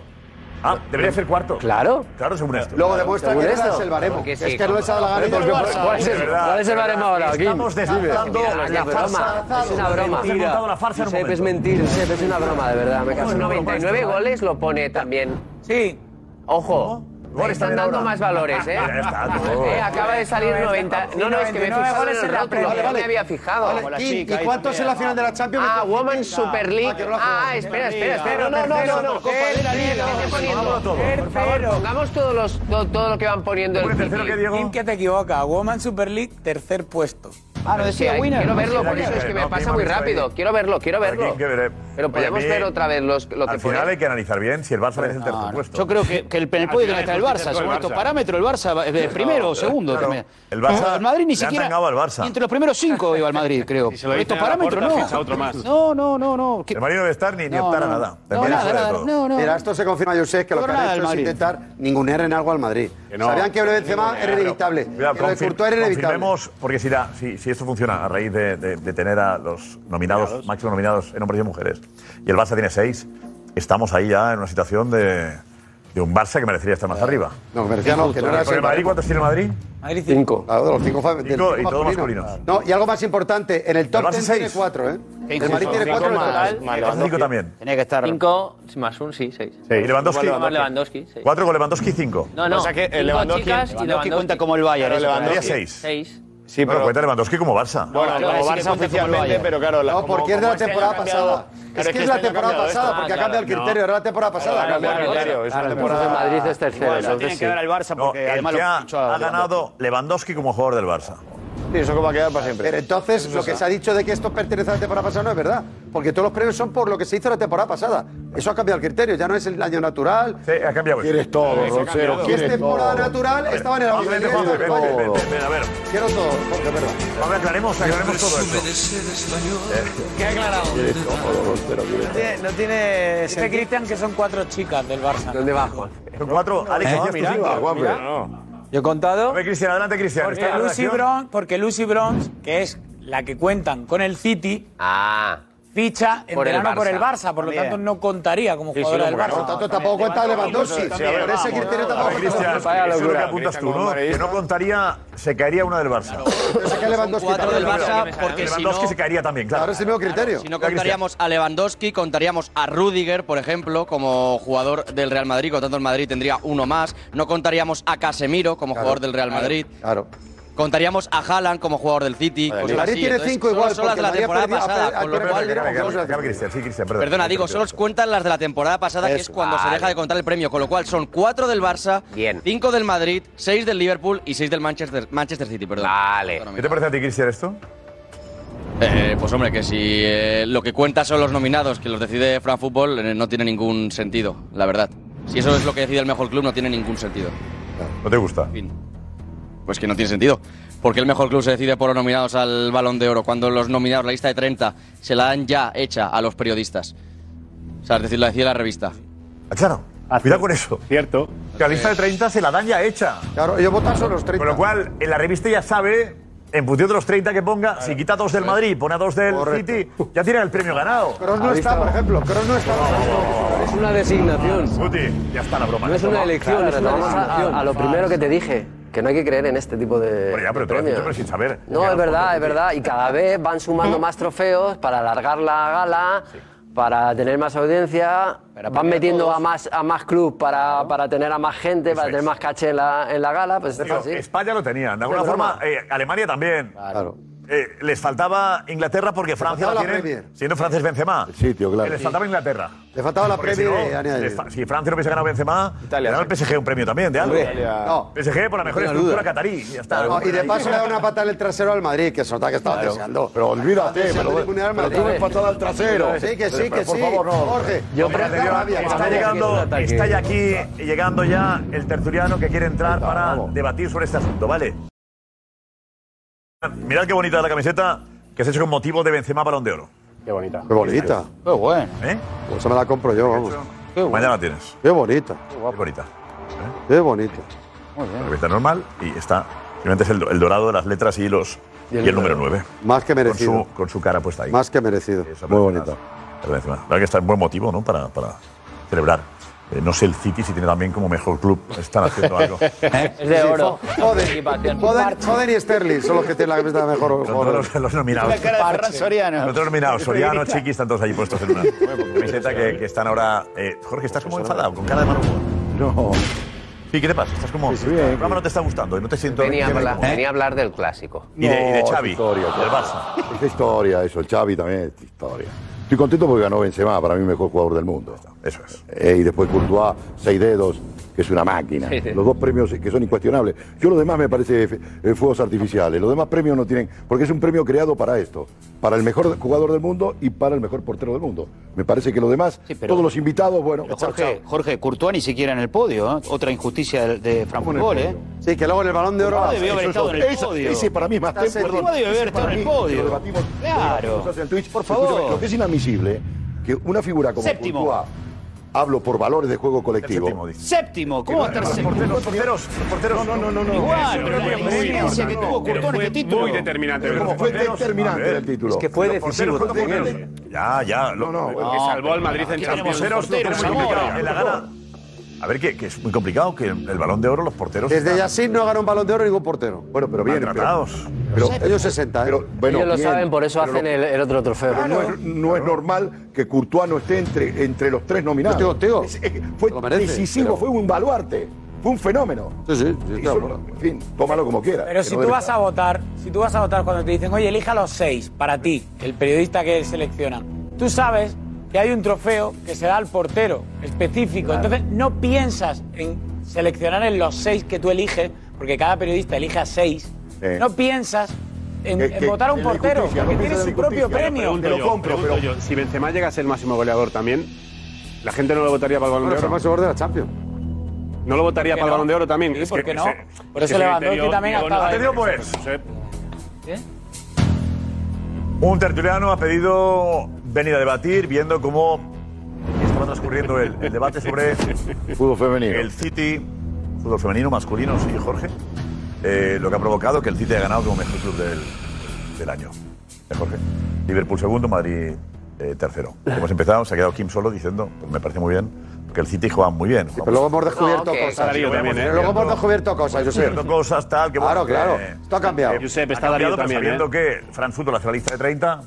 [SPEAKER 2] Ah, debería ser cuarto.
[SPEAKER 9] Claro.
[SPEAKER 2] Claro, según esto.
[SPEAKER 16] Luego demuestra
[SPEAKER 9] Según
[SPEAKER 16] que ese
[SPEAKER 9] esto.
[SPEAKER 16] es el baremo.
[SPEAKER 9] Porque
[SPEAKER 16] Es
[SPEAKER 9] sí,
[SPEAKER 16] que no es a la
[SPEAKER 9] Porque-
[SPEAKER 16] gana.
[SPEAKER 9] porque- ¿Cuál es el- cuál es el baremo ahora, Kim?
[SPEAKER 2] Estamos desmontando
[SPEAKER 9] Mira, es
[SPEAKER 2] la
[SPEAKER 9] una
[SPEAKER 2] farsa.
[SPEAKER 9] broma. Es una broma.
[SPEAKER 2] Hemos desmontado la farsa en un
[SPEAKER 9] Josep, es
[SPEAKER 2] momento.
[SPEAKER 9] mentira. Josep, es una broma, de verdad.
[SPEAKER 13] Pues
[SPEAKER 9] Me cago en la broma.
[SPEAKER 13] 99 goles lo pone también.
[SPEAKER 14] Sí.
[SPEAKER 13] Ojo.
[SPEAKER 2] Goles
[SPEAKER 13] Le están
[SPEAKER 2] también
[SPEAKER 13] dando
[SPEAKER 2] ahora.
[SPEAKER 13] más valores, (laughs) ¿eh?
[SPEAKER 2] Ya está, no.
[SPEAKER 13] Eh, Acaba de salir 90. No, no, es que me he
[SPEAKER 14] 99
[SPEAKER 13] fijado en
[SPEAKER 14] goles
[SPEAKER 13] el
[SPEAKER 14] en la
[SPEAKER 13] rótulo, que
[SPEAKER 14] Premier.
[SPEAKER 13] no me había fijado.
[SPEAKER 16] Vale, Kim, ¿Y cuántos en la final de la Champions?
[SPEAKER 13] Ah, Women's Super League. Ah, espera, espera, espera. No, no, no, eh, no. Copa de la Liga. ¿qué estoy poniendo? Por favor, pongamos todos los, todo, todo lo que van poniendo el Tiki.
[SPEAKER 14] Kim, que te equivoca. Woman Super League, tercer puesto.
[SPEAKER 13] Ah, no decía Sí, hay- winner. quiero verlo, por eso es que me
[SPEAKER 2] No,
[SPEAKER 13] pasa
[SPEAKER 2] Kim ha
[SPEAKER 13] muy
[SPEAKER 2] visto
[SPEAKER 13] rápido. Quiero verlo, quiero
[SPEAKER 2] Pero
[SPEAKER 13] verlo.
[SPEAKER 2] Kim, que eh. veré.
[SPEAKER 13] Pero
[SPEAKER 2] Oye,
[SPEAKER 13] podemos
[SPEAKER 2] a mí,
[SPEAKER 13] ver otra vez los, lo que
[SPEAKER 2] Al final
[SPEAKER 13] ponen.
[SPEAKER 2] hay que analizar bien si el Barça merece el tercer puesto.
[SPEAKER 13] Yo creo
[SPEAKER 20] Eh, Que, que el, en el podio tiene que estar el Barça, según estos parámetros, el Barça va- eh, primero o segundo.
[SPEAKER 2] claro.
[SPEAKER 20] también.
[SPEAKER 2] El Barça
[SPEAKER 20] el Madrid ni
[SPEAKER 2] le han
[SPEAKER 20] siquiera.
[SPEAKER 2] tangado al Barça.
[SPEAKER 20] ni Entre los primeros
[SPEAKER 2] (laughs)
[SPEAKER 20] cinco iba al Madrid, creo.
[SPEAKER 2] se lo
[SPEAKER 20] Por
[SPEAKER 2] dicen
[SPEAKER 20] estos
[SPEAKER 2] a la
[SPEAKER 20] parámetros
[SPEAKER 2] puerta,
[SPEAKER 20] no.
[SPEAKER 2] ficha otro más.
[SPEAKER 20] No, no, no, no.
[SPEAKER 2] El Madrid no debe estar ni, ni
[SPEAKER 20] No,
[SPEAKER 2] optar a
[SPEAKER 20] no,
[SPEAKER 2] nada.
[SPEAKER 20] no,
[SPEAKER 2] Termina
[SPEAKER 20] nada,
[SPEAKER 2] Ah, fuera de
[SPEAKER 20] nada,
[SPEAKER 2] todo.
[SPEAKER 20] no, no.
[SPEAKER 16] Mira, esto se confirma, yo sé que lo que
[SPEAKER 20] Pero nada
[SPEAKER 16] han
[SPEAKER 20] del
[SPEAKER 16] hecho es
[SPEAKER 20] Madrid.
[SPEAKER 16] intentar ningunear en algo al Madrid. Sabían que lo de Benzema era inevitable. Que
[SPEAKER 2] Cuidado,
[SPEAKER 16] lo de
[SPEAKER 2] confir-
[SPEAKER 16] Courtois era inevitable.
[SPEAKER 2] confirmemos, porque si, la- si, si esto funciona a raíz de, de- de tener a los nominados, máximos nominados en hombres y mujeres, y el Barça tiene seis, estamos ahí ya en una situación de, de un Barça que merecería estar más arriba.
[SPEAKER 16] No, merecía no, que no era
[SPEAKER 2] Porque
[SPEAKER 16] ese
[SPEAKER 2] el Madrid,
[SPEAKER 16] baremo.
[SPEAKER 2] ¿cuántos tiene el Madrid?
[SPEAKER 16] Cinco. Claro, de los cinco, fa- del
[SPEAKER 2] Cinco
[SPEAKER 16] cinco
[SPEAKER 2] y todos
[SPEAKER 16] masculino.
[SPEAKER 2] masculinos.
[SPEAKER 16] No, y algo más importante, en el
[SPEAKER 2] Barça
[SPEAKER 16] top 10 tiene
[SPEAKER 2] seis.
[SPEAKER 16] cuatro, ¿eh?
[SPEAKER 2] Qué
[SPEAKER 16] El
[SPEAKER 2] injusto.
[SPEAKER 16] Madrid tiene
[SPEAKER 2] Cinco
[SPEAKER 16] cuatro en el
[SPEAKER 2] más-
[SPEAKER 16] total.
[SPEAKER 2] más Lewandowski. Cinco también.
[SPEAKER 20] Tenía que estar.
[SPEAKER 23] 5 más 1, sí, 6.
[SPEAKER 2] Sí. ¿Y Lewandowski?
[SPEAKER 23] Más Lewandowski, sí.
[SPEAKER 2] Cuatro con Lewandowski, cinco.
[SPEAKER 23] No, no.
[SPEAKER 1] O sea que el
[SPEAKER 23] cinco
[SPEAKER 1] Lewandowski-
[SPEAKER 23] chicas y
[SPEAKER 1] Lewandowski
[SPEAKER 23] Lewandowski.
[SPEAKER 1] cuenta como el Bayern, Pero eso. Lewandowski-
[SPEAKER 2] Tendría seis.
[SPEAKER 23] 6.
[SPEAKER 2] Sí, pero cuenta Lewandowski como Barça.
[SPEAKER 1] Bueno, como Barça oficialmente, pero claro. la-
[SPEAKER 16] No,
[SPEAKER 1] como-
[SPEAKER 16] porque es de
[SPEAKER 1] como
[SPEAKER 16] la
[SPEAKER 1] este año
[SPEAKER 16] temporada
[SPEAKER 1] ha cambiado-
[SPEAKER 16] pasada.
[SPEAKER 1] Claro,
[SPEAKER 16] Es que es
[SPEAKER 1] este
[SPEAKER 16] la
[SPEAKER 1] año ha
[SPEAKER 16] temporada
[SPEAKER 1] cambiado
[SPEAKER 16] pasada,
[SPEAKER 1] esto.
[SPEAKER 16] porque ha
[SPEAKER 1] Ah,
[SPEAKER 16] cambiado el
[SPEAKER 1] claro,
[SPEAKER 16] criterio,
[SPEAKER 1] no.
[SPEAKER 16] era la temporada pasada.
[SPEAKER 1] Claro,
[SPEAKER 16] cambió el
[SPEAKER 1] claro,
[SPEAKER 16] criterio.
[SPEAKER 1] claro,
[SPEAKER 16] Es una
[SPEAKER 1] claro,
[SPEAKER 16] temporada-
[SPEAKER 9] entonces el Madrid es tercero,
[SPEAKER 16] Bueno,
[SPEAKER 9] entonces
[SPEAKER 16] tiene
[SPEAKER 9] sí.
[SPEAKER 16] dar al Barça,
[SPEAKER 2] No, el que ha, ha ganado Lewandowski como jugador del Barça.
[SPEAKER 1] Sí, eso como va a quedar para siempre.
[SPEAKER 16] Pero entonces, lo que se ha dicho de que esto pertenece a la temporada pasada no es verdad. porque todos los premios son por lo que se hizo la temporada pasada. Eso ha cambiado el criterio, ya no es el año natural.
[SPEAKER 2] Sí, ha cambiado.
[SPEAKER 3] Quieres todo,
[SPEAKER 16] Sí, se ha
[SPEAKER 3] Roncero,
[SPEAKER 16] cambiado.
[SPEAKER 3] quieres
[SPEAKER 16] Si es temporada
[SPEAKER 3] todo.
[SPEAKER 16] natural, estaban en la
[SPEAKER 2] Vamos a ver,
[SPEAKER 16] Bundesliga y
[SPEAKER 2] Juanfe,
[SPEAKER 16] en la España.
[SPEAKER 2] ven, ven, ven, ven, a ver.
[SPEAKER 16] Quiero todo, Jorge, es verdad.
[SPEAKER 2] Ahora aclaremos, aclaremos todo esto.
[SPEAKER 14] ¿Qué ha aclarado?
[SPEAKER 3] Quieres todo, Roncero, quieres todo.
[SPEAKER 14] No tiene. Dice Cristian que son cuatro chicas del Barça. ¿Dónde
[SPEAKER 9] va, Juan?
[SPEAKER 2] Son cuatro. Alex,
[SPEAKER 14] ¿Eh?
[SPEAKER 2] ¿hacías tú
[SPEAKER 14] Mira,
[SPEAKER 2] cinco?
[SPEAKER 14] Juanfe.
[SPEAKER 2] Mira.
[SPEAKER 23] Yo he contado.
[SPEAKER 2] A ver, Cristian, adelante, Cristian.
[SPEAKER 14] Porque
[SPEAKER 2] Está la
[SPEAKER 14] Lucy,
[SPEAKER 2] redacción.
[SPEAKER 14] Bronze, porque Lucy Bronze, que es la que cuentan con el City, ficha
[SPEAKER 16] Ah.
[SPEAKER 14] en
[SPEAKER 16] Por el
[SPEAKER 14] verano por
[SPEAKER 16] Barça.
[SPEAKER 14] el Barça, por lo
[SPEAKER 16] También.
[SPEAKER 14] tanto no contaría como
[SPEAKER 16] Sí, sí, no,
[SPEAKER 14] jugadora del
[SPEAKER 16] porque
[SPEAKER 14] Barça.
[SPEAKER 16] no, tanto tampoco cuenta Lewandowski.
[SPEAKER 14] Sí,
[SPEAKER 16] Sí, por ese criterio
[SPEAKER 2] A
[SPEAKER 16] tampoco
[SPEAKER 2] ver, Cristian, eso
[SPEAKER 16] cuenta
[SPEAKER 2] es lo que
[SPEAKER 16] Lewandowski.
[SPEAKER 2] apuntas tú, ¿no? Que no contaría, se caería una del Barça.
[SPEAKER 16] Pensé que Lewandowski
[SPEAKER 4] cuatro del
[SPEAKER 16] también,
[SPEAKER 4] Barça,
[SPEAKER 16] pero-
[SPEAKER 4] porque si
[SPEAKER 2] Lewandowski
[SPEAKER 4] no-
[SPEAKER 2] se caería también, claro.
[SPEAKER 16] Ahora es el mismo criterio.
[SPEAKER 4] Si no contaríamos a Lewandowski, contaríamos a Rudiger, por ejemplo, como jugador del Real Madrid, por lo tanto el Madrid tendría uno más. No contaríamos a Casemiro como jugador del Real Madrid.
[SPEAKER 16] Claro.
[SPEAKER 4] Contaríamos a Haaland como jugador del City. cosas
[SPEAKER 16] Madrid
[SPEAKER 4] así.
[SPEAKER 16] tiene
[SPEAKER 4] Entonces,
[SPEAKER 16] cinco
[SPEAKER 4] solo
[SPEAKER 16] igual,
[SPEAKER 4] son las de la
[SPEAKER 16] porque Madrid ha
[SPEAKER 4] temporada
[SPEAKER 16] perdido- ha
[SPEAKER 4] pasada,
[SPEAKER 16] per-
[SPEAKER 4] con lo
[SPEAKER 16] espera,
[SPEAKER 4] cual-
[SPEAKER 16] espera, espera, espera,
[SPEAKER 2] Acaba Cristian, sí, Cristian, perdón.
[SPEAKER 4] Perdona, digo, solo os cuentan las de la temporada pasada, que
[SPEAKER 2] Eso,
[SPEAKER 4] es cuando se
[SPEAKER 2] vale.
[SPEAKER 4] deja de contar el premio. Con lo cual son cuatro del Barça, cinco del Madrid, seis del Liverpool y seis del Manchester, Manchester City, perdón. Vale.
[SPEAKER 2] ¿Qué te parece a ti, Cristian, esto?
[SPEAKER 4] Eh, pues hombre, que si eh, lo que cuenta son los nominados, que los decide Fran Fútbol, eh, no tiene ningún sentido, la verdad. Si eso es lo que decide el mejor club, no tiene ningún sentido.
[SPEAKER 2] ¿No te gusta?
[SPEAKER 4] Pues que no tiene sentido. Porque el mejor club se decide por los nominados al Balón de Oro, cuando los nominados, la lista de 30, se la dan ya hecha a los periodistas. O sea, es decir, la decide la revista.
[SPEAKER 2] Claro. Cuidado con eso.
[SPEAKER 11] Cierto.
[SPEAKER 2] La lista de 30 se la dan ya hecha.
[SPEAKER 16] Claro, ellos votan sobre los 30.
[SPEAKER 2] Con lo cual, en la revista ya sabe, en función de los 30 que ponga, si quita dos del Madrid, pone a dos del City, ya tiene el premio ganado.
[SPEAKER 16] Kroos no está, por ejemplo. Kroos no está.
[SPEAKER 10] Es una designación.
[SPEAKER 2] Ah, ya está la broma.
[SPEAKER 10] No es una
[SPEAKER 13] eh,
[SPEAKER 10] elección, es una
[SPEAKER 2] Vamos a-
[SPEAKER 10] designación.
[SPEAKER 2] a-
[SPEAKER 10] A,
[SPEAKER 2] a
[SPEAKER 10] lo primero que te dije, que no hay que creer en este tipo de.
[SPEAKER 2] Pero ya, pero tú lo has dicho, pero sin saber.
[SPEAKER 10] No, es verdad, es verdad. Y cada vez van sumando más trofeos para alargar la gala, para tener más audiencia. van metiendo a más, a más club para, para tener a más gente, para tener más caché en la, en la gala. Pues es
[SPEAKER 2] Digo,
[SPEAKER 10] así.
[SPEAKER 2] España lo tenía, de alguna
[SPEAKER 10] Es broma.
[SPEAKER 2] forma, eh, Alemania también.
[SPEAKER 10] Claro.
[SPEAKER 2] Eh, les faltaba Inglaterra porque Francia
[SPEAKER 16] faltaba
[SPEAKER 2] la
[SPEAKER 16] la
[SPEAKER 2] tiene.
[SPEAKER 16] Premier.
[SPEAKER 2] Siendo francés Benzema.
[SPEAKER 3] El sitio,
[SPEAKER 2] Eh,
[SPEAKER 3] claro.
[SPEAKER 2] Les faltaba Inglaterra.
[SPEAKER 16] Le faltaba la
[SPEAKER 2] Porque si
[SPEAKER 16] previa
[SPEAKER 2] no,
[SPEAKER 16] de Daniel.
[SPEAKER 2] les fa- si Francia no hubiese ganado Benzema,
[SPEAKER 16] Italia,
[SPEAKER 2] le daba el PSG un premio también, de algo.
[SPEAKER 16] Hombre. No.
[SPEAKER 2] PSG por la mejor
[SPEAKER 16] No tengo
[SPEAKER 2] estructura
[SPEAKER 16] duda.
[SPEAKER 2] catarí. Ya está.
[SPEAKER 16] No, y de paso le da una patada en el trasero al Madrid, que se nota que estaba deseando.
[SPEAKER 3] Pero olvídate,
[SPEAKER 16] Estaba
[SPEAKER 3] pero,
[SPEAKER 16] deseando ningunear al
[SPEAKER 3] pero
[SPEAKER 16] Madrid.
[SPEAKER 3] tú me patada al trasero.
[SPEAKER 16] Sí, que sí,
[SPEAKER 3] Pero,
[SPEAKER 16] que
[SPEAKER 3] por
[SPEAKER 16] sí.
[SPEAKER 3] favor, no.
[SPEAKER 16] Jorge,
[SPEAKER 2] Yo
[SPEAKER 16] me da
[SPEAKER 2] prefiero-
[SPEAKER 16] rabia.
[SPEAKER 2] está llegando, está ya aquí llegando ya el tertuliano que quiere entrar para debatir sobre este asunto, ¿vale? Mirad qué bonita la camiseta que has hecho con motivo de Benzema Balón de Oro.
[SPEAKER 11] Qué bonita.
[SPEAKER 3] Qué bonita.
[SPEAKER 20] Qué bueno.
[SPEAKER 2] ¿Eh?
[SPEAKER 3] Pues esa me la compro yo, vamos.
[SPEAKER 2] Mañana la tienes.
[SPEAKER 3] Qué bonita.
[SPEAKER 2] Qué bonita.
[SPEAKER 3] Qué bonita.
[SPEAKER 2] La camiseta normal y está. Simplemente es el, do- el dorado de las letras y los y el, número 9.
[SPEAKER 3] Más que merecido.
[SPEAKER 2] Con su, con su cara puesta ahí.
[SPEAKER 3] Más que merecido. Muy bonita.
[SPEAKER 2] La verdad que está en buen motivo, ¿no? Para, para celebrar. Eh, no sé el City si tiene también como mejor club. Están haciendo
[SPEAKER 16] (laughs)
[SPEAKER 2] algo.
[SPEAKER 16] Es de oro. Foden, Foden- Foden y Sterling son los que tienen la camiseta de mejor
[SPEAKER 2] Son todos
[SPEAKER 16] jugador.
[SPEAKER 2] los, los nominados.
[SPEAKER 16] La cara de Ferran
[SPEAKER 2] Parche.
[SPEAKER 16] Soriano.
[SPEAKER 2] Los todos nominados. Soriano,
[SPEAKER 16] Periodista.
[SPEAKER 2] Chiqui, están todos ahí puestos en una camiseta que, que están ahora. eh, Jorge, estás como enfadado, con cara de mal humor. No. Sí, ¿qué te pasa? Estás como. el programa no te está gustando y no te siento.
[SPEAKER 13] Venía a
[SPEAKER 2] bien
[SPEAKER 13] hablar,
[SPEAKER 2] cómodo.
[SPEAKER 13] venía a hablar del clásico.
[SPEAKER 2] Y de, y de
[SPEAKER 3] No,
[SPEAKER 2] Xavi,
[SPEAKER 3] es historia,
[SPEAKER 2] del Barça.
[SPEAKER 3] Es historia eso, el Xavi también es historia. Estoy contento porque ganó Benzema, para mí mejor jugador del mundo.
[SPEAKER 2] Eso es.
[SPEAKER 3] Eh, y después Courtois, seis dedos, que es una máquina.
[SPEAKER 2] Sí, sí.
[SPEAKER 3] Los dos premios que son incuestionables. Yo los demás me parece fe- eh, fuegos artificiales. Los demás premios no tienen, porque es un premio creado para esto, para el mejor jugador del mundo y para el mejor portero del mundo. Me parece que los demás, todos los invitados, bueno, chao,
[SPEAKER 20] Jorge, Jorge Courtois ni siquiera en el podio. ¿eh? Otra injusticia de, de Fran
[SPEAKER 3] en el
[SPEAKER 20] Fútbol, ¿eh?
[SPEAKER 16] Sí, que luego en el balón de oro.
[SPEAKER 20] Courtois debió haber
[SPEAKER 16] Eso es
[SPEAKER 20] estado en el
[SPEAKER 16] otra-
[SPEAKER 20] podio.
[SPEAKER 16] esa- ese para mí es más
[SPEAKER 20] Está
[SPEAKER 16] tempo,
[SPEAKER 20] Courtois debió haber
[SPEAKER 3] Ese
[SPEAKER 20] estado
[SPEAKER 3] para
[SPEAKER 20] en el
[SPEAKER 3] mí, que lo
[SPEAKER 20] podio.
[SPEAKER 3] debatimos,
[SPEAKER 20] Claro.
[SPEAKER 3] lo debatimos en Twitch.
[SPEAKER 20] Por favor.
[SPEAKER 3] Escúchame, Lo que es inadmisible que una figura como
[SPEAKER 20] Séptimo.
[SPEAKER 3] Courtois, hablo por valores de juego colectivo.
[SPEAKER 20] Séptimo, ¿cómo va a estar séptimo?
[SPEAKER 2] Porteros, porteros. No, no, no, no.
[SPEAKER 20] Igual, pero la incidencia que tuvo Courtois en este título.
[SPEAKER 11] Muy determinante.
[SPEAKER 3] Pero como fue determinante el título.
[SPEAKER 11] Es que fue
[SPEAKER 3] Los
[SPEAKER 11] decisivo
[SPEAKER 3] porteros juegan
[SPEAKER 11] también,
[SPEAKER 3] por
[SPEAKER 11] ¿eh?
[SPEAKER 3] menos.
[SPEAKER 2] Ya, ya. Lo,
[SPEAKER 3] No, no,
[SPEAKER 11] Que salvó al Madrid en
[SPEAKER 2] Los
[SPEAKER 11] Champions.
[SPEAKER 2] porteros lo tienen muy complicado. En la gala. A ver, que, que es muy complicado que el, el balón de oro, los porteros.
[SPEAKER 16] Desde
[SPEAKER 2] están-
[SPEAKER 16] Yassin no ganó un balón de oro ningún portero.
[SPEAKER 3] Bueno, pero bien,
[SPEAKER 2] Maltratados.
[SPEAKER 3] Pero,
[SPEAKER 16] ellos 60, ¿eh?
[SPEAKER 10] Ellos lo saben, por eso
[SPEAKER 3] pero
[SPEAKER 10] hacen el, el otro trofeo.
[SPEAKER 3] Pero no, es, no es normal que Courtois no esté entre, entre los tres nominados.
[SPEAKER 16] Yo te digo,
[SPEAKER 3] Es- es- fue
[SPEAKER 16] lo merece,
[SPEAKER 3] decisivo,
[SPEAKER 16] pero-
[SPEAKER 3] fue un baluarte, fue un fenómeno.
[SPEAKER 16] Sí, sí, sí,
[SPEAKER 3] Y
[SPEAKER 16] claro.
[SPEAKER 3] solo- en fin, tómalo como quieras.
[SPEAKER 14] Pero si tú vas a votar, si tú vas a votar cuando te dicen, oye, elija los seis para ti, el periodista que seleccionan, tú sabes que hay un trofeo que se da al portero específico. Entonces no piensas en seleccionar en los seis que tú eliges, porque cada periodista elige a seis.
[SPEAKER 3] Sí.
[SPEAKER 14] No piensas en- en votar a un portero, que tiene su propio premio.
[SPEAKER 11] Te lo compro, pero si Benzema llega a ser el máximo goleador también, la gente no lo votaría para el Balón
[SPEAKER 3] Bueno,
[SPEAKER 11] de Oro.
[SPEAKER 3] fue el máximo goleador de la Champions.
[SPEAKER 11] No lo votaría
[SPEAKER 3] ¿Por qué
[SPEAKER 11] para el
[SPEAKER 3] no?
[SPEAKER 11] Balón de Oro también.
[SPEAKER 3] Sí,
[SPEAKER 11] Es
[SPEAKER 3] ¿por
[SPEAKER 11] que-
[SPEAKER 3] qué no?
[SPEAKER 11] es-
[SPEAKER 3] Por
[SPEAKER 11] es
[SPEAKER 3] eso
[SPEAKER 11] que
[SPEAKER 3] Lewandowski
[SPEAKER 11] Diego-
[SPEAKER 14] también ha
[SPEAKER 11] Diego no-
[SPEAKER 14] estado ahí.
[SPEAKER 11] Ateneo, pues.
[SPEAKER 2] Un tertuliano ha pedido venir a debatir viendo cómo estaba transcurriendo el, el debate sobre
[SPEAKER 3] fútbol femenino.
[SPEAKER 2] El City, fútbol femenino, masculino, sí, Jorge. Eh, lo que ha provocado que el City haya ganado como mejor club del, del año. Eh, Jorge. Liverpool segundo, Madrid eh,
[SPEAKER 3] (laughs)
[SPEAKER 2] tercero. Hemos empezado, se ha quedado Kim solo diciendo, pues me parece muy bien, porque el City juega muy bien.
[SPEAKER 3] Pero luego hemos descubierto
[SPEAKER 10] Ah,
[SPEAKER 3] cosas.
[SPEAKER 16] ¿eh?
[SPEAKER 3] Pero luego hemos descubierto cosas, Josep.
[SPEAKER 2] Descubierto ¿eh? cosas, tal. Que eh,
[SPEAKER 3] Claro, claro.
[SPEAKER 2] Esto ha cambiado.
[SPEAKER 3] Josep, está Darío también, ¿eh?
[SPEAKER 2] Sabiendo que Franz Soto, la lista de 30,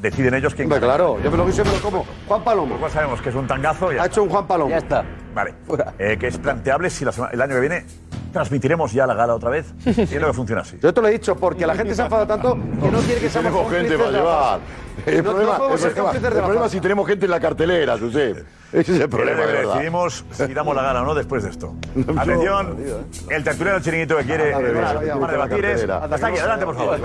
[SPEAKER 2] deciden ellos quién
[SPEAKER 3] Hombre,
[SPEAKER 2] gana.
[SPEAKER 3] claro, yo me lo guiso y me lo como. Juan Palomo.
[SPEAKER 2] Pues sabemos que es un tangazo. y Ya
[SPEAKER 3] Ha
[SPEAKER 2] está.
[SPEAKER 3] hecho un Juan Palomo. Ya
[SPEAKER 9] está.
[SPEAKER 2] Vale. Eh, que es planteable si la sema- el año que viene transmitiremos ya la gala otra vez. Y es lo que funciona así.
[SPEAKER 3] Yo te lo he dicho, porque la gente se ha enfadado tanto que no quiere que seamos
[SPEAKER 2] Tenemos gente
[SPEAKER 3] cómplices
[SPEAKER 2] para
[SPEAKER 3] de la
[SPEAKER 2] llevar.
[SPEAKER 3] farsa.
[SPEAKER 2] El
[SPEAKER 3] No- no
[SPEAKER 2] problema-
[SPEAKER 3] podemos
[SPEAKER 2] el
[SPEAKER 3] ser
[SPEAKER 2] problema-
[SPEAKER 3] cómplices de el la problema farsa. es si tenemos gente en la cartelera, Josep. Ese es el problema,
[SPEAKER 2] Creo
[SPEAKER 3] de
[SPEAKER 2] que
[SPEAKER 3] verdad.
[SPEAKER 2] decidimos si damos la gala o no después de esto.
[SPEAKER 3] (laughs)
[SPEAKER 2] Atención, el tertuliano chiringuito que quiere
[SPEAKER 3] Ah, madre mía,
[SPEAKER 2] para
[SPEAKER 3] se me
[SPEAKER 2] para
[SPEAKER 3] ocurre la
[SPEAKER 2] debatir es.
[SPEAKER 3] cartelera.
[SPEAKER 2] Hasta aquí, adelante, por favor.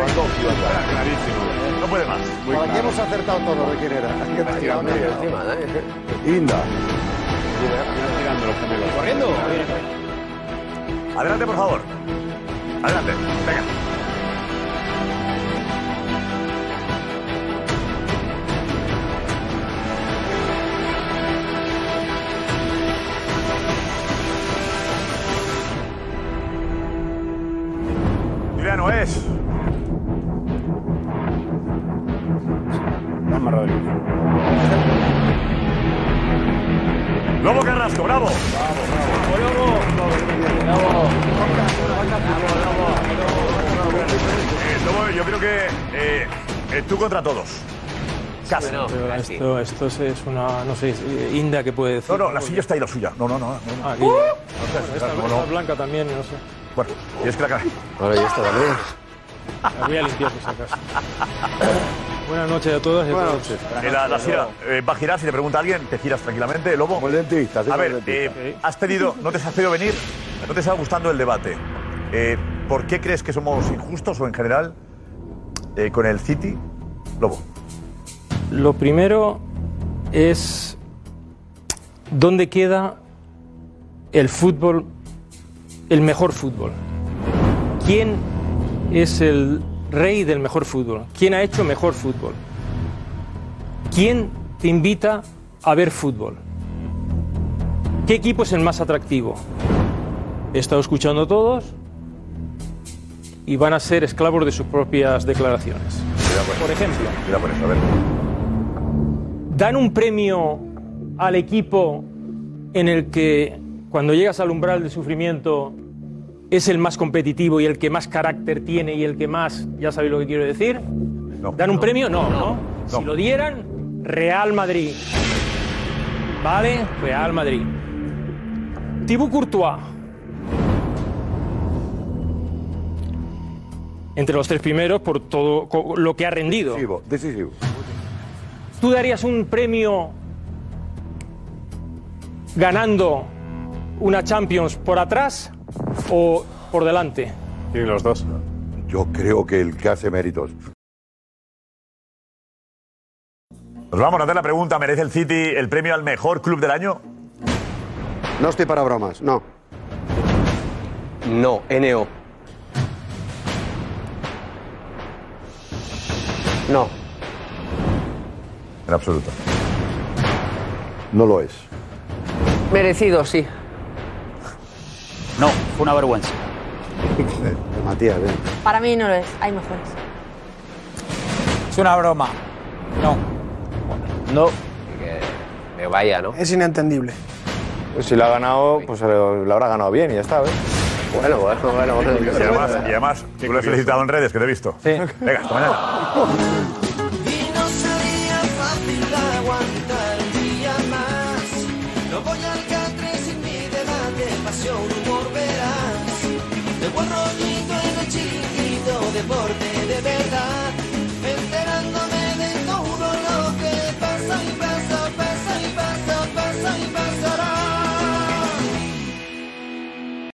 [SPEAKER 2] No puede más.
[SPEAKER 3] Aquí hemos acertado todo de quién era.
[SPEAKER 2] Inda.
[SPEAKER 20] ¿Corriendo?
[SPEAKER 2] Adelante, por favor. Adelante. Venga. Juliano es. Lobo Carrasco, bravo. Eh, Lobo, yo creo que eh, eh, tú contra todos. Casi.
[SPEAKER 7] Pero esto, esto es una, no sé, Inda que puede decir.
[SPEAKER 2] No, no, la silla está ahí, la suya. No, no, no. no.
[SPEAKER 7] Ah, aquí. Bueno, esta,
[SPEAKER 2] no,
[SPEAKER 7] esta
[SPEAKER 2] no.
[SPEAKER 7] blanca también, no sé.
[SPEAKER 2] Bueno, y es que la cara.
[SPEAKER 7] Ahora ya está también. La voy a limpiar por si acaso. Buenas noches a todas y a
[SPEAKER 2] Buenas
[SPEAKER 7] todos.
[SPEAKER 2] Eh, la, la gira, eh, va a girar, si le pregunta a alguien, te giras tranquilamente, Lobo. Como el dentista.
[SPEAKER 3] sí,
[SPEAKER 2] A
[SPEAKER 3] como el
[SPEAKER 2] ver,
[SPEAKER 3] dentista.
[SPEAKER 2] eh, has pedido, no te has pedido venir, no te está gustando el debate. Eh, ¿Por qué crees que somos injustos o en general eh, con el City? Lobo.
[SPEAKER 7] Lo primero es dónde queda el fútbol, el mejor fútbol. ¿Quién es el rey del mejor fútbol? ¿Quién ha hecho mejor fútbol? ¿Quién te invita a ver fútbol? ¿Qué equipo es el más atractivo? He estado escuchando a todos y van a ser esclavos de sus propias declaraciones. Por ejemplo.
[SPEAKER 2] Mira por eso, a ver.
[SPEAKER 7] dan un premio al equipo en el que cuando llegas al umbral del sufrimiento es el más competitivo y el que más carácter tiene y el que más, ya sabéis lo que quiero decir. ¿Dan un premio? No, no. Si lo dieran, Real Madrid. ¿Vale? Real Madrid. Thibaut Courtois. Entre los tres primeros por todo co- lo que ha rendido.
[SPEAKER 3] Decisivo, decisivo.
[SPEAKER 7] ¿Tú darías un premio ganando una Champions por atrás o por delante?
[SPEAKER 3] Tiene los dos. Yo creo que el que hace méritos.
[SPEAKER 2] Nos vamos a hacer la pregunta, ¿merece el City el premio al mejor club del año?
[SPEAKER 3] No estoy para bromas, no.
[SPEAKER 9] No, NO.
[SPEAKER 3] No.
[SPEAKER 2] En absoluto.
[SPEAKER 3] No lo es.
[SPEAKER 23] Merecido, sí.
[SPEAKER 20] No, fue una vergüenza.
[SPEAKER 3] Matías,
[SPEAKER 8] Para mí no lo es, hay mejores.
[SPEAKER 14] Es una broma. No.
[SPEAKER 13] No. Que me vaya, ¿no?
[SPEAKER 24] Es inentendible.
[SPEAKER 25] Si lo ha ganado, pues lo habrá ganado bien y ya está, ¿eh? ¿ves?
[SPEAKER 2] Bueno, bueno, bueno. Y además, y además tú lo has felicitado en redes, que te he visto. Sí. Venga, hasta mañana.
[SPEAKER 6] Y no sería fácil aguantar un día más. No voy al catre sin mi debate, pasión, humor verás. De buen rollito en el chiquito, deporte